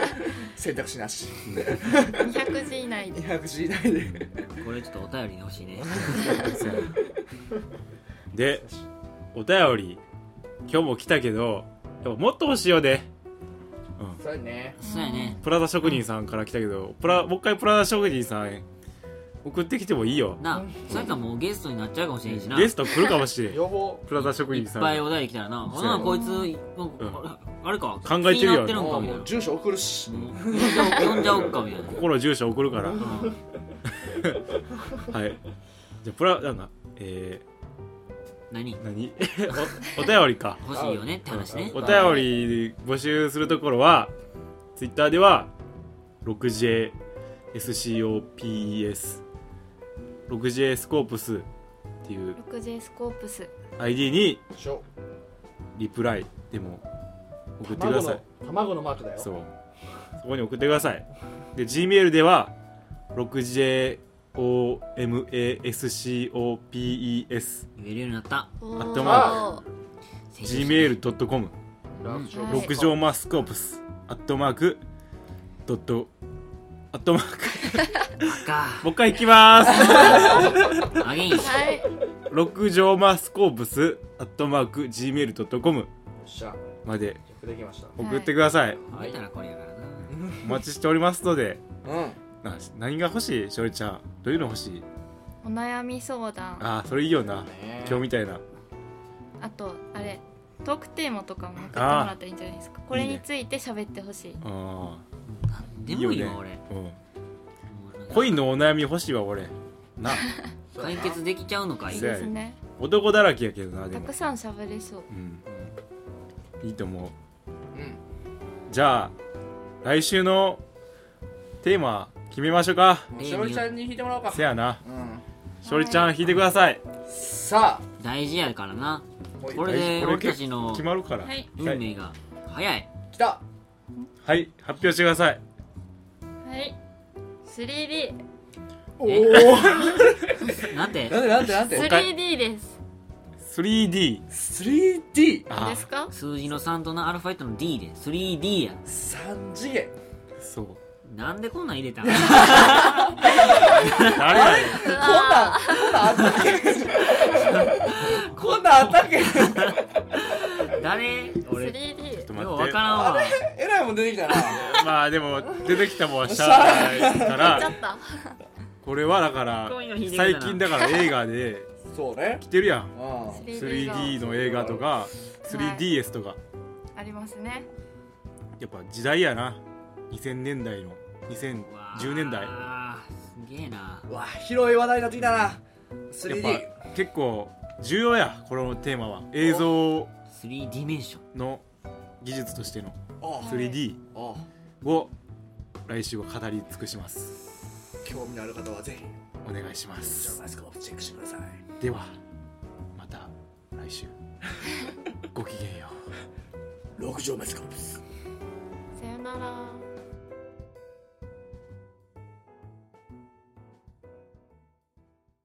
S3: <laughs> 選択肢なし
S4: 200字以内で
S3: 200字以内で
S1: これちょっとお便りで欲しいね
S2: せやなでお便り今日も来たけどやっぱもっと欲しいよね、うん、
S3: そうやね
S1: そうやね
S2: プラザ職人さんから来たけどプラもう一回プラザ職人さん送ってきてもいいよ
S1: なそれかもうゲストになっちゃうかもしれんしな
S2: ゲスト来るかもしれん
S3: 予防
S2: プラザ職
S1: い
S2: 人
S1: っ
S2: さ
S1: ぱい
S2: ん
S1: お便り来たらな
S2: そ
S1: こ
S2: うや
S1: ん
S2: ろ
S1: なこいつなんかあれか
S2: 考えてる
S1: 気に
S2: やろ
S1: なってるんかみたい
S3: もう住所送るし
S1: なうん呼んじゃおうかみたいな
S2: 心住所送るからは
S1: うん
S2: いじゃあプラなんだえ
S1: 何
S2: ー、何 <laughs> おお便りか
S1: 欲しいよねって話ね
S2: お便り募集するところはツイッターでは 6JSCOPES6J スコープスっていう
S4: 6J スコープス
S2: ID に
S3: しょ
S2: リプライでも送ってくだ
S3: 卵
S2: さ
S3: の
S2: い
S3: 卵のマークだよ
S2: そうそこに送ってくださいで Gmail では 6JOMASCOPES
S1: 言えるようになった
S4: お
S2: あ
S4: ー
S2: 頭
S3: が
S2: gmail.com
S3: ラブショー
S4: はい
S2: 六畳マスコープスアットマークドットアットマーク <laughs>
S1: か
S2: もう一回いきます
S1: あげんよ
S4: はい
S2: 六畳マスコープスアットマーク gmail.com
S3: よっしゃよ
S2: まで
S3: くできました
S2: 送ってください、
S1: 見たらこれやからな
S2: お待ちしておりますので
S3: うん
S2: な何が欲しいしおりちゃんどういうの欲しい
S4: お悩み相談あ
S2: ああそれいいよな
S3: ね
S2: 今日みたいな
S4: とあれトークテーマとかも送ってもらったらいいんじゃないですかこれについて喋ってほしい
S2: あ
S1: なん
S2: ー
S1: でもいい
S2: よ
S1: わ
S2: ね
S1: 俺も
S2: うん
S1: うなんか
S2: 恋のお悩み欲しいわ俺な
S1: 解決できちゃうのか
S4: い
S1: い
S4: い
S2: そうや
S4: で
S2: ね
S4: すね
S2: 男だらけやけどなで
S4: た
S2: も
S4: くさん喋れそう
S2: うんいいと思う
S3: うん
S2: じゃあ来週のテーマ決めましょうか
S3: もうしおりちゃんに弾いてもらおうか
S2: せやな
S3: うん
S2: しおりちゃん弾いてください
S3: さ
S1: 大事やからな
S3: あもう
S1: これ
S2: 大
S1: で
S2: 事これ
S1: 俺たちの
S2: 決まるから
S4: はい
S1: 運命が早い
S3: 来た
S2: はい発表してください
S4: はい 3D
S3: お
S1: え
S3: お
S1: <laughs> なんて
S3: なんでなんでなんで
S2: う一回
S4: 3D です
S2: 3D
S3: 3D
S2: あ
S4: ですか
S1: 数字の3とのアルファベットの D で 3D や
S3: 三次元
S2: そう
S1: なんでこんなん入れたん
S2: 誰やねん
S3: こんなんこんなん
S4: こん
S3: あったっけ <laughs> こんなんあったっけ
S1: 誰俺よ
S4: 3D
S2: ちょっ
S1: う
S2: と待っ
S1: 分
S2: て
S1: からんわ
S3: えらいもん出てきたな
S2: まあでも出てきたもんはしゃあないか
S4: ちゃ
S2: ら
S4: った
S2: これはだから
S1: こういうの弾いてくれたな
S2: 最近だから映画で
S3: そうね
S2: 来てるやん
S3: う
S4: 3D が
S2: 3D の映画とか 3DS とか
S4: ありますね
S2: やっぱ時代やな2000年代の2010年代
S1: わあすげえなん
S3: わあ広い話題になってきたな
S2: やっ
S3: 3D
S2: ぱ結構重要やこのテーマは映像
S1: 3D ディメンション
S2: の技術としての
S3: あ
S2: 3D
S3: あ
S2: を来週は語り尽くします
S3: 興味のある方はぜひ
S2: お願いしま
S3: ジョー
S2: す
S3: マスコーチェックしてください
S2: ではまた来週ごきげんよう
S3: 6畳マスコープス
S4: さよなら